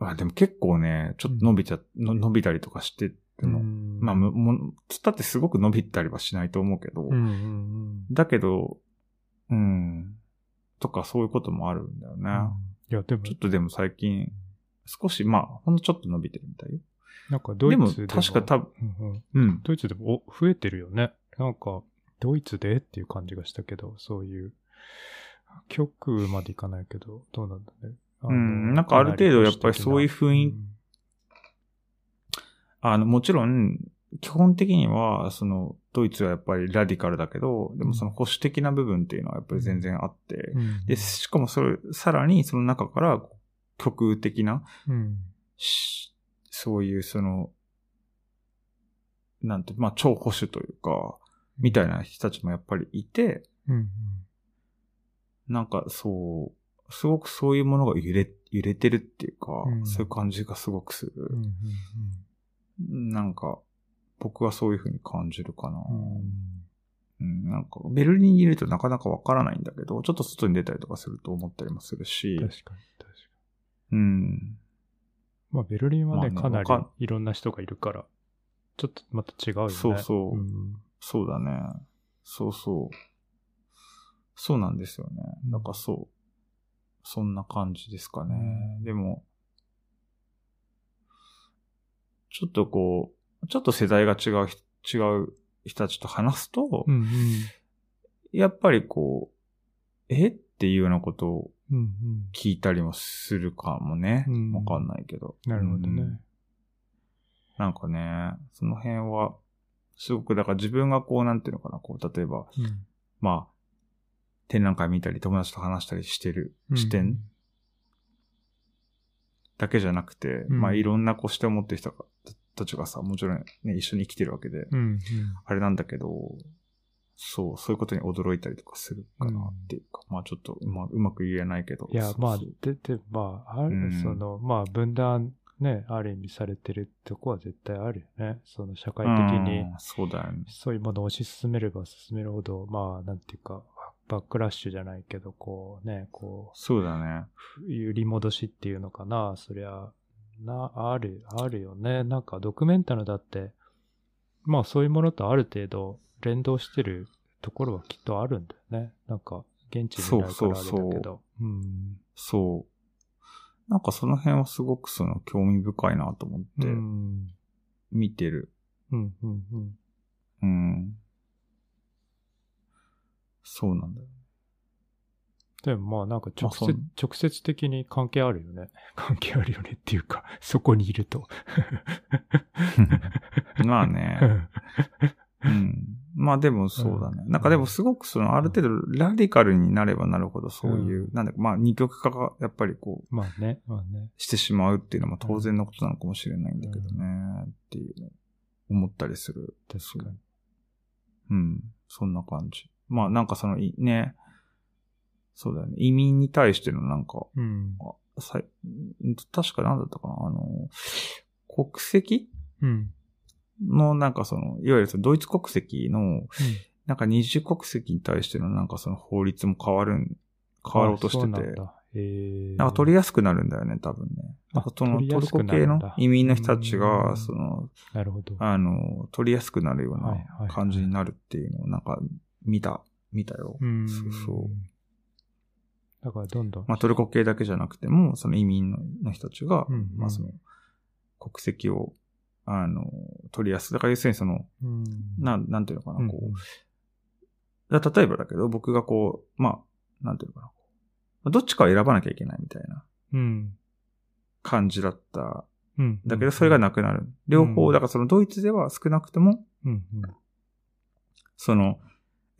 ーあ、でも結構ね、ちょっと伸びちゃ、の伸びたりとかしてるのまあ、むも、つったってすごく伸びたりはしないと思うけど、
うんうんうん。
だけど、うん、とかそういうこともあるんだよね。
いや、でも
ちょっ、とでも最近、少し、まあ、ほんのちょっと伸びてるみたいよ。
なんかドイ
で
ツ
も、確か多分、
うんうん
うん。
ドイツでもお増えてるよね。なんか、ドイツでっていう感じがしたけど、そういう、極右までいかないけど、どうなんだね。あ
う
の
んなんかある程度やっぱりそういう雰囲気あの、もちろん、基本的には、その、ドイツはやっぱりラディカルだけど、でもその保守的な部分っていうのはやっぱり全然あって、
うん
で、、しかもそれ、さらにその中から、極右的な
うん
しそういうその、なんて、まあ、超保守というか、みたいな人たちもやっぱりいて、
うん
なんかそう、すごくそういうものが揺れ、揺れてるっていうか、
うん
そういう感じがすごくする。
うんうん
なんか、僕はそういう風に感じるかな。
うんうん
うん、なんか、ベルリンにいるとなかなかわからないんだけど、ちょっと外に出たりとかすると思ったりもするし、
確かに、確かに。
うん。
まあ、ベルリンはね、
まあ
か
ね
な
わ
り
かん
いろんな人がいるから、ちょっとまた違うよね。
そうそう
うん
そうだね。そうそう。そうなんですよね。
うん
なんかそう。そんな感じですかね。でも、ちょっとこう、ちょっと世代が違う人、違う人たちと話すと、
うん
やっぱりこう、えっていうようなことを
うん。うんうん。
聞いたりもするかもね
うん。
わ、かんないけど。
なるほど
う
ね
ん。なんかね、その辺は、すごく、だから自分がこう、なんていうのかな、こう、例えば、
うん
まあ、展覧会見たり、友達と話したりしてる
うん
視点だけじゃなくて、
うん
まあ、いろんなこう視点を持ってる人がたちがさ、もちろんね、一緒に生きてるわけで、
うんうん。
あれなんだけど、そう、そういうことに驚いたりとかするかなっていうか、まあちょっとうまうまく言えないけど。
いや
そ、う
まあ
そう、
で、で、まあ、ある、
うん
その、まあ、分断、ね、ある意味されてるとこは絶対あるよね。その、社会的に
うん、そうだよね。
そういうものを推し進めれば進めるほど、まあ、なんていうか、バックラッシュじゃないけど、こうね、こ
そうだね。
う、揺り戻しっていうのかな、そりゃ、な、ある、あるよね。なんか、ドキュメンタルだって、まあ、そういうものとある程度、連動してるところはきっとあるんだよね。なんか、現地にいないからあ
そう
れだけど。
そうそそう。なんかその辺はすごくその興味深いなと思っ
う
て
ん。
見てる。
うん、うん、うん。
うん。そうなんだよ。
でもまあなんか直接、
まあそん
直接的に関係あるよね。 関係あるよねっていうか、 そこにいる と。
まあね。うん。まあでもそうだね。
うん
なんかでもすごくそのある程度ラディカルになればなるほどそういう、なんだかまあ二極化がやっぱりこう
まあね、まあね。
してしまうっていうのも当然のことなのかもしれないんだけどね、っていうのを思ったりする。
確かに。
うん。そんな感じ。まあなんかそのい、ね、そうだよね。移民に対してのなんか、
うん。
さいうん確かなんだったかなあの、国籍
うん。
のなんかその、いわゆるそのドイツ国籍の、なんか二重国籍に対してのなんかその法律も変わるん、変わろうとしてて、
あそうなん
な
だ。えー、
んか取りやすくなるんだよね、多分ね。
あ
なんかその
取り
ト
や
ル
すく
コ
なる
系
んだ
の移民の人たち
うん
が、その、
なるほど。
あの、取りやすくなるよ
はいうはい
な感じになるっていうのをなんか見た、見たよ。
うん。。
そうそう
だからどんどん。
まあトルコ系だけじゃなくても、その移民のの人たちが
うんうん、
まあその、国籍を、あの、取りやすい。だから要するにその、
うん、
なん、なんていうのか
うん、
な、こう、だ例えばだけど、僕がこう、まあ、なんていうのかな。まあどっちかを選ばなきゃいけないみたいな
うん。
感じだった。
うん。
だけど、それがなくなる。両
う
方、
ん
だからそのドイツでは少なくとも、
うん。
その、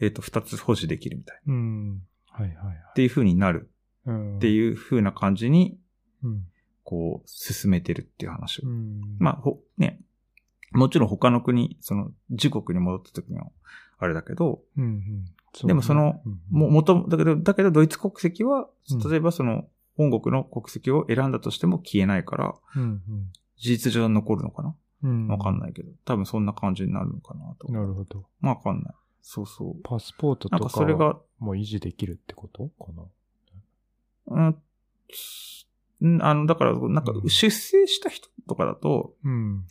えっ、と、二つ保持できるみたいな。
うん。うん。はいはいはい。
っていう風になる
うん、
って
う。
いう風な感じに、
うん。
こう、進めてるっていう話を。
うん、
まあ、ほ、ね。もちろん他の国、その、自国に戻った時には、あれだけど、
うんうんうね
でもその、
うん
も、もとも、だけど、だけどドイツ国籍は
うん、
例えばその、本国の国籍を選んだとしても消えないから、
うん
事実上残るのかな
うん。
わかん
い。
ないけど、多分そんな感じになるのかなと。
なるほど。
まあわかんない。そうそう。
パスポート
なん
と
かそれ
か
が、
も維持できるってことかな。
うんつうん、あの、だから、なんか
う、ん
出生した人とかだと、
うん。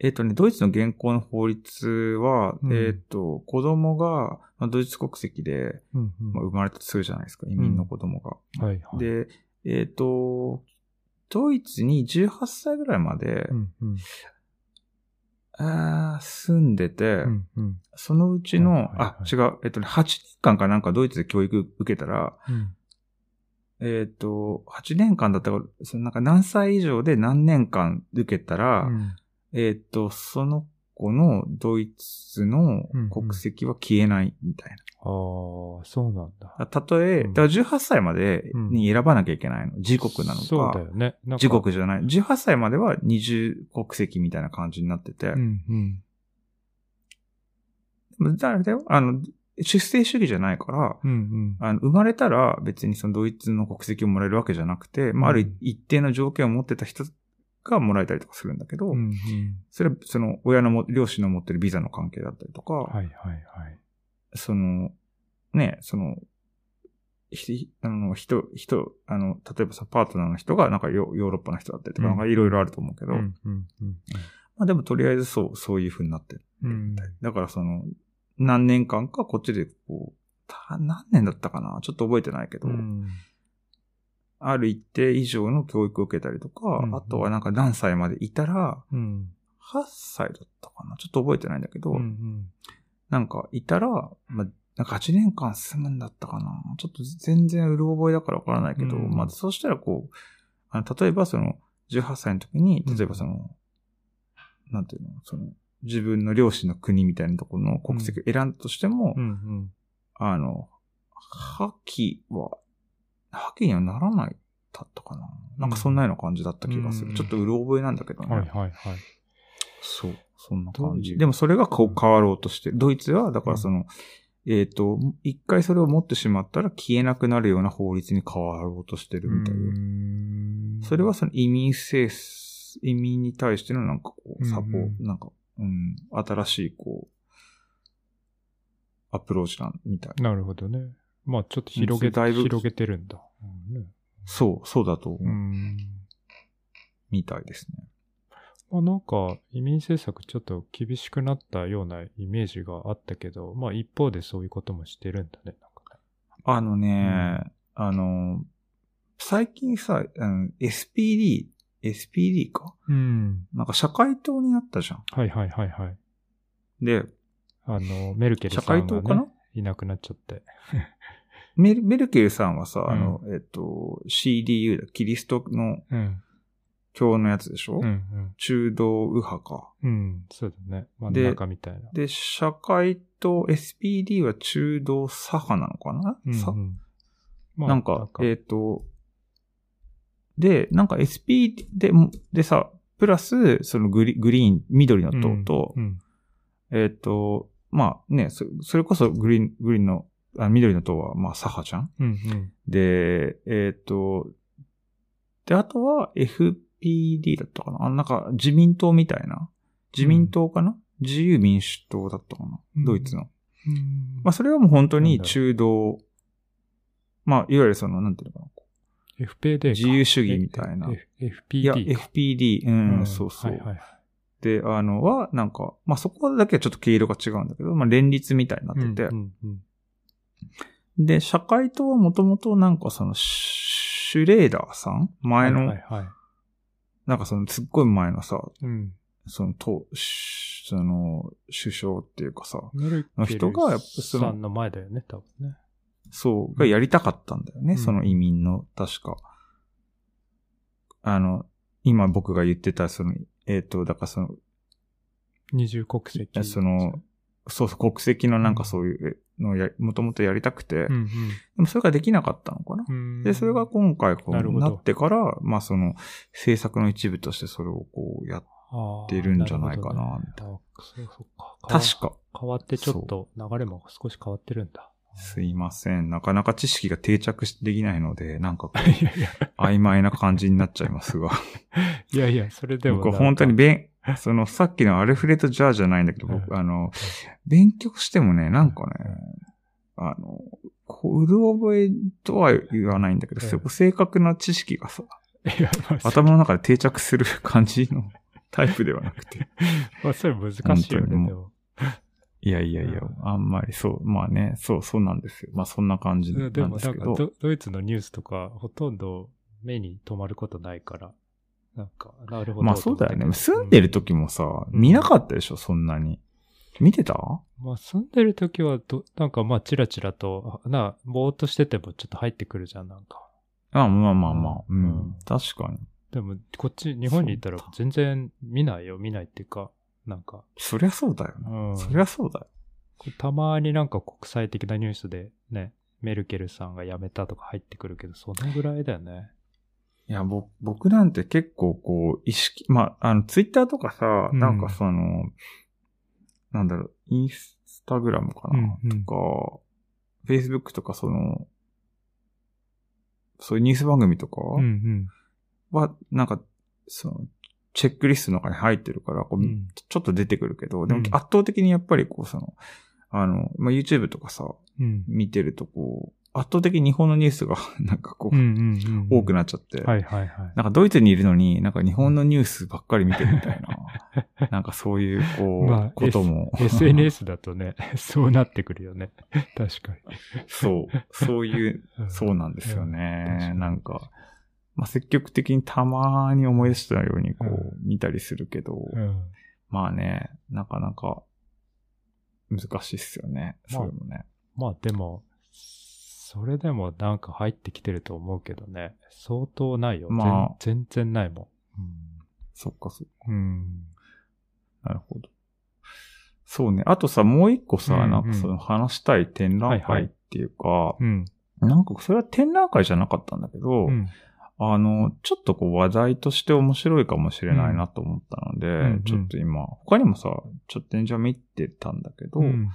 えっ、とね、ドイツの現行の法律は、
うん
えっ、と、子供が、まあ、ドイツ国籍で、
うんうん
まあ、生まれたとするじゃないですか、移民の子供が。
はいはい。、
で、えっ、と、ドイツに18歳ぐらいまで、
うんうん。
あー住んでて、
うんうん。
そのうちの、
はいはいはい
あ、違う、えっ、とね、8年間かなんかドイツで教育受けたら、
うん
えっ、と、8年間だったから、そのなんか何歳以上で何年間受けたら、
うん
えっ、と、その子のドイツの国籍は消えないみたいな。
ああ、そうなんだ。
たとえ、
うん
だから18歳までに選ばなきゃいけないの。自国なの
そうだ
か。
よね。なんか
自。国じゃない。18歳までは二重国籍みたいな感じになってて。
うんうん。
だからあれだよ。あの、出生主義じゃないから、
うんうん。
あの、生まれたら別にそのドイツの国籍をもらえるわけじゃなくて、まあ、あ
う
る
ん
一定の条件を持ってた人がもらえたりとかするんだけど、
うんうん
それはその親のも、両親の持ってるビザの関係だったりとか、
はいはいはい。
その、ね、その、ひ、あの、人、人、あの、例えばさ、パートナーの人が、なんかヨヨーロッパの人だったりとか、
うん
なんかいろいろあると思うけど、
うんうんうん
まあでもとりあえずそう、そういう風になってる。
うん。
だからその、何年間かこっちでこう、た何年だったかなちょっと覚えてないけど、
うん
ある一定以上の教育を受けたりとか、
うん
あとはなんか何歳までいたら、
うん。
8歳だったかなちょっと覚えてないんだけど、
うんうん。
なんかいたら、まあ、なんか8年間住むんだったかなちょっと全然うる覚えだからわからないけど、
うん
まあそうしたらこう、あの例えばその、18歳の時に、
うん
例えばその、なんていうの、その、自分の両親の国みたいなところの国籍を選んだとしても、
うんうん。
あの、破棄は、破棄にはならないだったかな。なんかそんなような感じだった気がする。
うん
ちょっとうる覚えなんだけどね。
はいはいはい。
そう。そんな感
どうい
じ。
う
でもそれがこう変わろうとしてる。ドイツは、だからその、えっ、と、一回それを持ってしまったら消えなくなるような法律に変わろうとしてるみたいよ。それはその移民政策、移民に対してのなんかこう、サポート、
うんうん
なんか、うん、新しいこう、アプローチなん、みたい。
なるほどね。まあちょっと広
う
げ、
んだいぶ
広げてるんだ。うんね
そう、そうだと思う、
うん
みたいですね。
まあなんか移民政策ちょっと厳しくなったようなイメージがあったけど、まあ一方でそういうこともしてるんだね。なんかね
あのね、あの、最近さ、あの SPD、SPD か
うん。
なんか社会党になったじゃん。
はいはいはいはい。
で、
あの、メルケル
社
さ
会
んが、
党
ね、
かない
なくなっちゃって。
メルメルケルさんはさ、
ん
あの、えっと、CDU だ、キリストの
うん。
教のやつでしょ、
うんうん。
中道右派か。
うん。そうだね。真ん
で
中みたいな。
で、社会党、SPD は中道左派なのかな、
うん
さ
うんまあ
なんか、えっ、と、で、なんか SPD で、もでさ、プラス、そのグリグリーン、緑の党と、
うん
えっ、と、まあね、そそれこそグリーン、グリーンの、あ緑の党は、まあ、左派じゃん
うんうん。
で、えっ、と、で、あとは FPD だったかなあなんか自民党みたいな。自民党かな、自由民主党だったかな、
うん
ドイツの。
うん
まあ、それはもう本当に
なんだろう
中道、まあ、いわゆるその、なんていうのかな
FPD か。
自由主義みたいな
F-
いや、
FPD か。
FPD、うん、そうそう。
はいはい。
で、あの、は、なんか、まあ、そこだけはちょっと毛色が違うんだけど、まあ、連立みたいになってて、
うんうん
で、社会党はもともとなんかその、シュレーダーさん前の、
はいはいはい。
なんかその、すっごい前のさ、
うん。
その、と、しその、首相っていうかさ、
メル
の
ケ
人
ル
がやっぱその
さんの前だよね、多分ね。
そう、がやりたかったんだよね、
うん
その移民の、確か。あの、今僕が言ってた、その、えっ、と、だからその、
二重国籍。
その、そうそう、国籍のなんかそういうのをや、もともとやりたくて、
うん
でもそれができなかったのかな
う。ん。
で、それが今回こ
なる
う
ほ
な
ど
ってから、まあその政策の一部としてそれをこうやっ、
う
出るんじゃないかなみた
そうそうか。
確か、
変わってちょっと流れも少し変わってるんだ。
すいません。なかなか知識が定着しできないので、なんかこう
いやいや、
曖昧な感じになっちゃいますが。
いやいや、それでも。
僕は本当に
なんか
勉、そのさっきのアルフレッド・ジャーじゃないんだけど、僕、あの、勉強してもね、なんかね、あの、こう、うる覚えとは言わないんだけど、
うん
すごく正確な知識がさ、
いや、まあ、
頭の中で定着する感じ のタイプではなくて。
まあ、それ難しいよ
本当にも
ね、
う
でも。
いやいやいや、あんまりそう、まあね、そう、そうなんですよ。まあそんな感じ
う
なんん
でも
で
な
す
ん
け
か
ど。
ドドイツのニュースとかほとんど目に留まることないから、なんか、なるほど。
まあそうだよね。住んでる時もさ、見なかったでしょ、そんなに。見てた
まあ住んでる時はど、なんかまあチラチラと、あな、ぼーっとしててもちょっと入ってくるじゃん、なんか。
あまあまあまあ、う
うんん。
確かに。
でもこっち、日本にいたら
そうだ
全然見ないよ、見ないっていうか、なんか。
そりゃそうだよ
う
な。
ん、
そりゃそうだよ。
こうたまになんか国際的なニュースでね、メルケルさんが辞めたとか入ってくるけど、そのぐらいだよね。
いや、僕、僕なんて結構こう、意識、まあ、あの、ツイッターとかさ、
うん
なんかその、なんだろう、インスタグラムかな、
うんうん
とか、フェイスブックとかその、そういうニュース番組とか
うんうん。
は、なんか、その、チェックリストの中に入ってるから、こう
うん
ちょっと出てくるけど、でも
うん
圧倒的にやっぱりこう、その、あの、まあ、YouTube とかさ、
うん。
見てるとこう、圧倒的に日本のニュースが、 なんかこう、
うんうんうん。
多くなっちゃって、
はいはいはい。
なんかドイツにいるのに、なんか日本のニュースばっかり見てるみたい な、なんかそういう、こう、
まあ
ことも。
SNS だとね、 そうなってくるよね。確か
そう、そういう、
に。
そうなんですよ
うん確
ね
か。に
なんか、まあ積極的にたまに思い出したように、こう、見たりするけど、
うん。
まあね、なかなか、難しいっすよね。
まあ
そういうのね。
まあでも、それでもなんか入ってきてると思うけどね。相当ないよ。
まあ
全全然ないも
そっかそっか。
ん。うん。
なるほど。そうね。あとさ、もう一個さ、
うんうん
なんかその話したい展覧
はいはい
会っていうか、
うん。
なんかそれは展覧会じゃなかったんだけど、
うん。
あの、ちょっとこう話題として面白いかもしれないなと思ったので、
んうん
ちょっと今、他にもさ、ちょっと展示は見てたんだけど、
うん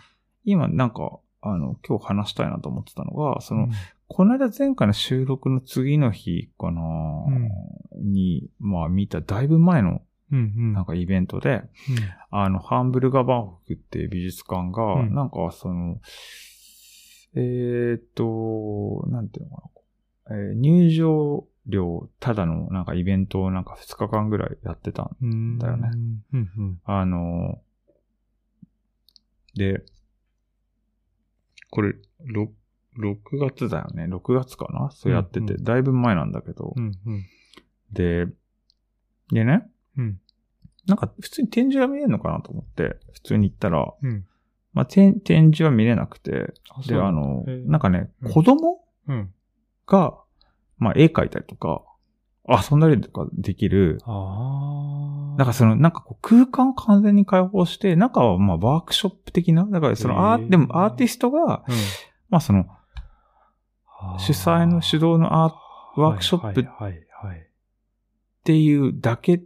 今なんか、あの、今日話したいなと思ってたのが、その、この間前回の収録の次の日かな、に、まあ見た、だいぶ前の、
うんうん
なんかイベントで、あの、ハンブルガーバンフクっていう美術館が、
うん
なんかその、えーっと、なんていうのかな、えー入場料、ただのなんかイベントをなんか2日間ぐらいやってたん
うん
だよね。
うんうん
あの、で、これ、ろ6月だよね。6月かなそうやってて、
うんうん
だいぶ前なんだけど。
うんうん
で、でね、
うん
なんか普通に展示が見れるのかなと思って、普通に行ったら、
うん
まあ、展展示は見れなくて、
あそう
で、あの、
へえ
なんかね
う、ん
子供
うん
が、まあ、絵描いたりとか、遊んだりとかできる、
ああ。
なんかその、なんかこう空間完全に開放して、中はまあワークショップ的な、だからそのア
へ
ー、
ー
でもアーティストが、
うん、
まあその、 主催の主導のアートワークショップっ
はいはいはいはい。
ていうだけ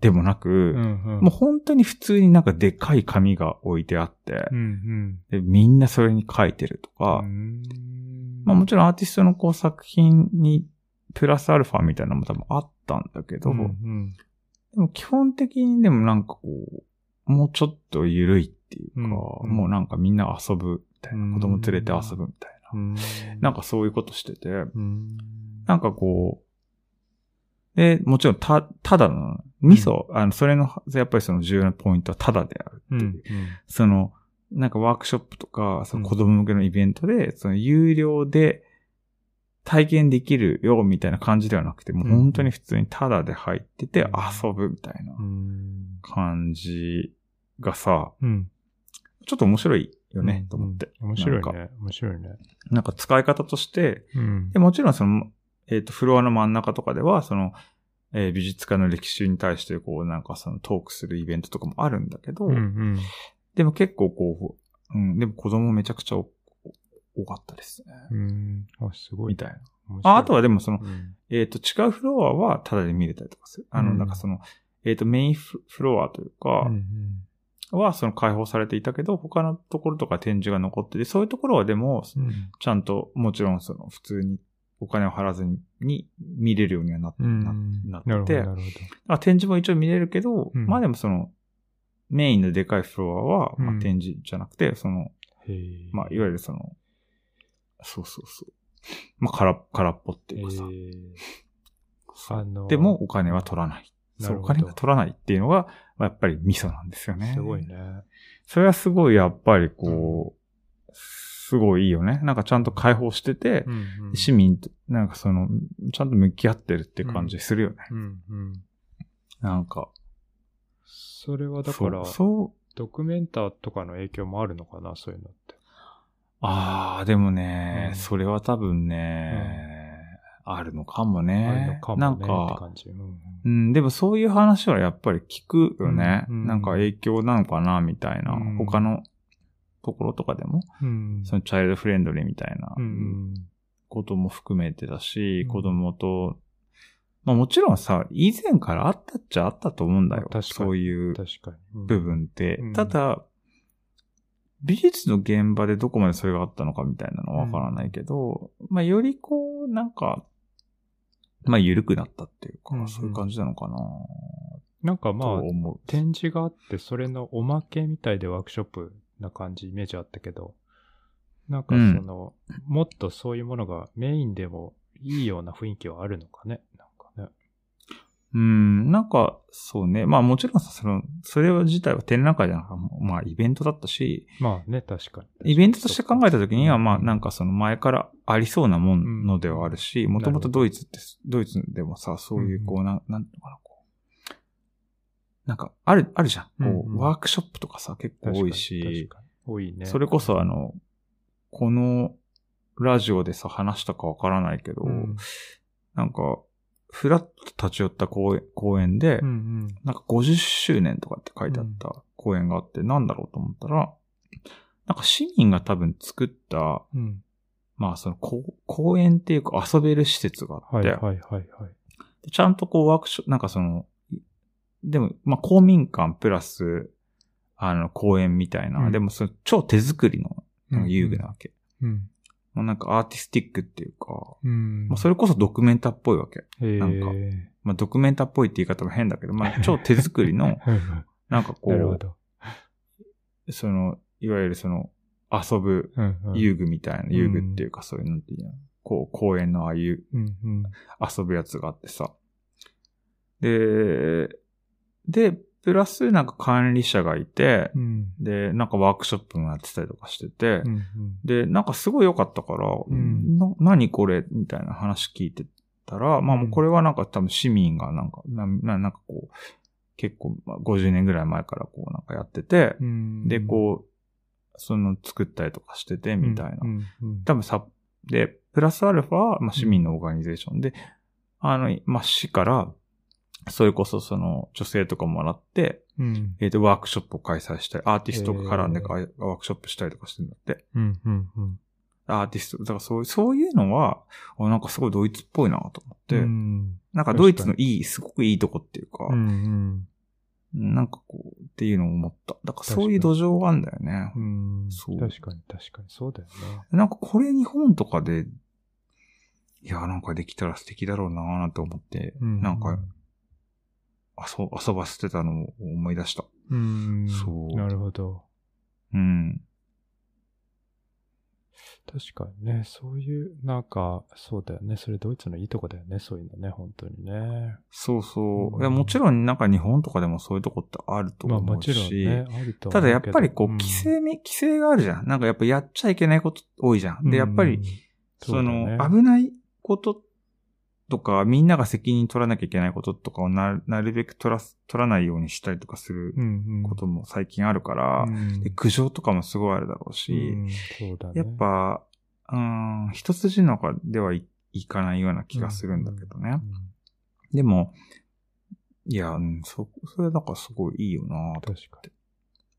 でもなく、
ん
もう本当に普通になんかでかい紙が置いてあって
う、ん
でみんなそれに書いてると
うん。
か、
うん
まあもちろんアーティストのこう作品にプラスアルファみたいなのも多分あったんだけど、
うんうん
でも基本的にでもなんかこう、もうちょっと緩いっていうか、
うんうん
もうなんかみんな遊ぶみたいな、
うん
子供連れて遊ぶみたいな、
うん
なんかそういうことしてて、
うん
なんかこう、で、もちろんた、ただの、味噌、あの、それの、やっぱりその重要なポイントはただであるって
う
い
ん
う。
うん
その、なんかワークショップとか、その
うん
子供向けのイベントで、その有料で体験できるよみたいな感じではなくて、もう本当に普通にタダで入ってて
うん
遊ぶみたいな
うん
感じがさ、
うん。
ちょっと面白いよ
う
ね
ん、
と思って。
面白い
なんか。
ね。面白いね。
なんか使い方として、
うん
でもちろんその、えっ、と、フロアの真ん中とかでは、その、えー美術家の歴史に対して、こう、なんかそのトークするイベントとかもあるんだけど、
うんうん。
でも結構こう、うん、でも子供めちゃくちゃお多かったですね。
うん。あ、すごい。
みたいな。
面白い
ああとは、でもその、
うん
えっ、と、違うフロアはタダで見れたりとかする。あの、
うん
なんかその、えっ、と、メインフフロアというか
うんう、ん
はその開放されていたけど、他のところとか展示が残ってて、そういうところはでも、
うん
ちゃんと、もちろんその、普通にお金を払わずにに見れるようにはなって、
うん
ななって
なるほど、なるほど。
あ展示も一応見れるけど、
うん
まあでもその、メインのでかいフロアは、ま
う
あ、
ん
展示じゃなくて、その、
へえ。
まあ、いわゆるその、そうそうそう。まあ、空っ、空っぽっていうかさ。
へえ
そう
あの
でも、お金は取らない。
な
そ
る
う、お
ほど
金が取らないっていうのが、まあ、やっぱりミソなんですよね。
すごい。ね。
それはすごい、やっぱりこう、すごいいいよね。なんかちゃんと解放してて、
うんうん
市民と、なんかその、ちゃんと向き合ってるって感じするよね。
うんうん。
なんか。
それはだから、
そうそう
ドキュメンターとかの影響もあるのかな、そういうのって。
ああ、でもね、
うん
それは多分ね、あるのかもね。
あるのかもね
な
っ
ん
て
か、
感じ。うんうん
うん、でもそういう話はやっぱり聞くよね。
うんうん
なんか影響なのかな、みたいな。
うん
他のところとかでも、
うん
そのチャイルドフレンドリーみたいな
うんうん
ことも含めてだし、
うん
子供と、まあもちろんさ、以前からあったっちゃあったと思うんだよ
ま。あ確かに
そういう
確かに。
部分って。
うん
ただ、美術の現場でどこまでそれがあったのかみたいなのはわからないけど、まあ、よりこう、なんか、まあ、緩くなったっていうか、
うんうん
そういう感じなのかな
なんか
と
まあ、
思う。
展示があって、それのおまけみたいでワークショップな感じ、イメージあったけど、なんかその、もっとそういうものがメインでもいいような雰囲気はあるのかね。なんかね。
うん、なんか、そうね。まあ、もちろんさ、その、それ自体は展覧会じゃなくて、まあ、イベントだったし、
まあね、確かに。
イベントとして考えた時には、まあ、なんか
か、
その前からありそうなものではあるし、もともとドイツって、ドイツでもさ、そういうこう、なん、なんていうのかな、こう。なんか、ある、あるじゃん。こ
うんうん
う、ワークショップとかさ、結構多い
確
し、
かに。多いね。
それこそあの、このラジオでさ、話したかわからないけど
う、ん、
なんか、ふらっと立ち寄った公園公園で
う、ん
なんか50周年とかって書いてあった公園があって、なんだろうと思ったら、なんか市民が多分作った、
うん。うん。
まあその公公園っていうか遊べる施設があっ
はい
て、
はいはいはい。
でちゃんとこうワークショップ、なんかその、でも、まあ公民館プラス、あの公園みたいな、
うん
でもその超手作りのなんか遊具なわけ。
うん。
まあ、なんかアーティスティックっていうか、
うん。
まあ、それこそドキュメンタっぽいわけ。
れ、
なんかまあ、ドキュメンタっぽいって言い方も変だけど、まあ、超手作りの
はいは
なんかこ
い。なるほ
う、
ど。
その、いわゆるその、遊ぶ
うんうん。
遊具みたいな、遊具っていうかそういうのっていうのこう、公園のああいう
うんうん。
遊ぶやつがあってさ。で、で、プラスなんか管理者がいて
う、ん。
で、なんかワークショップもやってたりとかしてて、
うん
で、なんかすごい良かったから、
ん
な何これみたいな話聞いてたら、まあもうこれはなんか多分市民がなんか、なななんかこう、結構まあ50年ぐらい前からこうなんかやってて
う、ん。
で、こう、その作ったりとかしてて、
うん、
みたいな。
うんうん。
多分さ、で、プラスアルファは、まあ、市民のオーガニゼーションで、あの、まあ、市から、それこそその、女性とかもらって、
うん。
えっ、と、ワークショップを開催したり、アーティストが絡んでか、ワークショップしたりとかしてるんだって。
うんうんうん。
アーティスト、だからそういう、そういうのは、あなんかすごいドイツっぽいなと思って、
うん
なんかドイツのいい、すごくいいとこっていうか、
うん
なんかこう、っていうのを思った。だから
確かに
そういう土壌があるんだよね
う。ん。うん。
そう
確かに確かに。そうだよね。
なんかこれ日本とかで、いや、なんかできたら素敵だろうなーなんて思って、
うん。
なんか、遊遊ばせてたのを思い出した。
うん。
そう
なるほど。
うん。
確かにね、そういう、なんか、そうだよね。それドイツのいいとこだよね。そういうのね、本当にね。
そうそうう。
ん
いやもちろんなんか日本とかでもそういうとこってあると
まあ
思
も
う
ちろん
し、
ね、あるとは思うけど
ただやっぱりこう、
ん
規制み、規制があるじゃん。なんかやっぱやっちゃいけないこと多いじゃん。で、やっぱ
うん
り、
う
そ
だね
の、危ないこととか、みんなが責任取らなきゃいけないこととかをななるべく取らす、取らないようにしたりとかする
うんうん
ことも最近あるから、
うん
で苦情とかもすごいあるだろうし、
うんそうだね。
やっぱ、うん、一筋の中ではい、いかないような気がするんだけどね。
うん、
でも、いや、うん、そ、それなんかすごいいいよなと
確か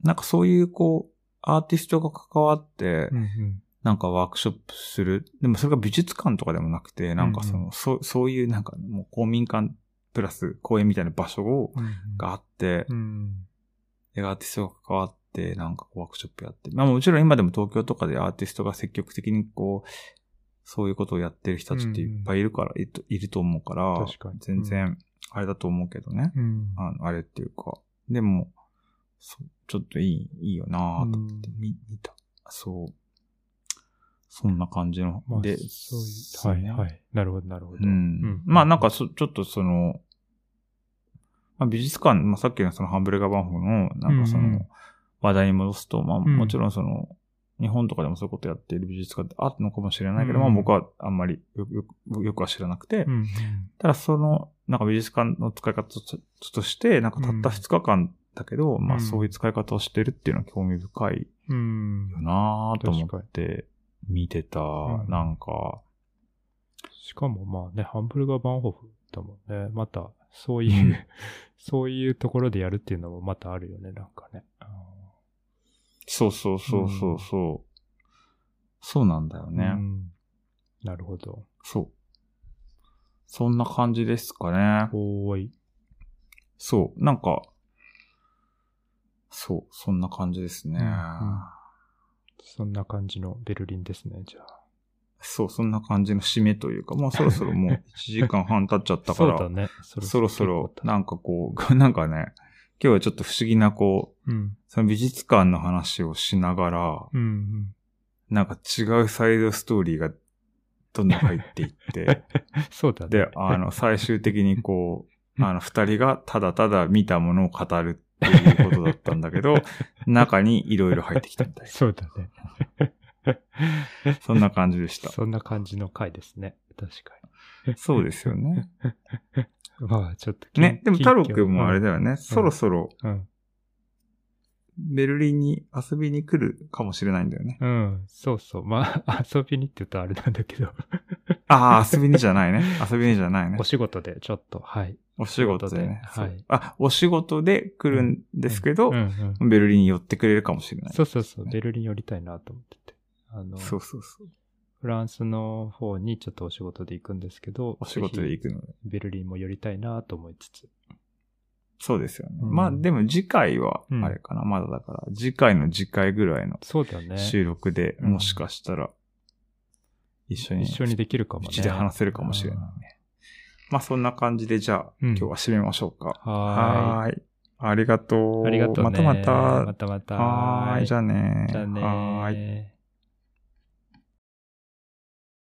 なんかそういう、こう、アーティストが関わって、
に。うん
なんかワークショップする。でもそれが美術館とかでもなくて、なんかその、
うん
そう、そういうなんかもう公民館プラス公園みたいな場所を、
うん、
があって、
うん、
で、アーティストが関わって、なんかこうワークショップやって。まあもちろん今でも東京とかでアーティストが積極的にこう、そういうことをやってる人たちっていっぱいいるから、いるいると思うから、
確かに
全然、あれだと思うけどね。
うん。
あのあれっていうか。でも、そう、ちょっといい、いいよなぁと思って、
うん
み見た。そう。そんな感じの。
まあ、
で、。
そういう、はい、はいい。なるほど、なるほど。
うん。まあなんか
そ
そ、ちょっとその、まあ、美術館、まあ、さっきのそのハンブレガバンホの、なんかそ
うんうん
の、話題に戻すと、まあ
ん
もちろんその、日本とかでもそういうことやっている美術館ってあるのかもしれないけど、
うん
まあ僕はあんまりよくよくよくは知らなくて、
うん、
ただその、なんか美術館の使い方ととして、なんかたった2日間だけど、ま
う
あ
ん
そういう使い方をしてるっていうのは興味深い
うん。うん
よなぁと思って見てた、
うん
なんか、
しかもまあね、ハンブルガー・バンホフだもんね。また、そう
う
い
ん
う、 そういうところでやるっていうのもまたあるよね、なんかね。あ
そうそうそうそうそう、そうなんだよ
ー
ね、
うんなるほど。
そう。そんな感じですかね。
おーい。
そう、なんか、そう、そんな感じですね。
うんうんそんな感じのベルリンですね、じゃあ。
そう、そんな感じの締めというか、まあそろそろもう1時間半経っちゃったか ら
そうだ、ね。そ
そろそろ、
な、
なんかこう、 なんかね、今日はちょっと不思議なこう、
うん。
その美術館の話をしながら、
うんうん。
なんか違うサイドストーリーがどんどん入ってい って、
そうだね。
で、あの、最終的にこう、あの、二人がただただ見たものを語るっていうことだったんだけ ど、中にいろいろ入ってきたみたい
そうだね。
な。そんな感じでした。
そんな感じの回ですね。確か
そうですよね。
に。まあ、ちょっと近。
ね、でも太郎
近況
くんもあれだよね、そろそろ
うん。
ベルリンに遊びに来るかもしれないんだよね。
うん。そうそう。まあ、 遊びにって言ったらあれなんだけど、
ああ、遊びにじゃないね。遊びにじゃないね
お。仕事でちょっと、はい。
お仕事でね。
はい
そうあ、お仕事で来るんですけど、
うんうん
ベルリンに寄ってくれるかもしれない。
そうそうそう、ベルリン寄りたいなと思ってて。あの、
そうそうそう。
フランスの方にちょっとお仕事で行くんですけど、
お仕事で
ぜ
行くので。
ひベルリンも寄りたいなと思いつつ。
そうですよね。
うん
まあでも次回は、
うん
あれかな、まだだから、次回の次回ぐらいの
そうだね。
収録で、
うん
もしかしたら、一緒に、
一緒にできるかもね。
うちで話せるかもしれないね。まあそんな感じで、じゃあ、
うん
今日は締めましょうか。
うん。は
はーい。ありがと
ー
う。
い。ありがとうね。
またまた。
またまた。
はーい。じゃあね
じゃあね
はーい。
ー。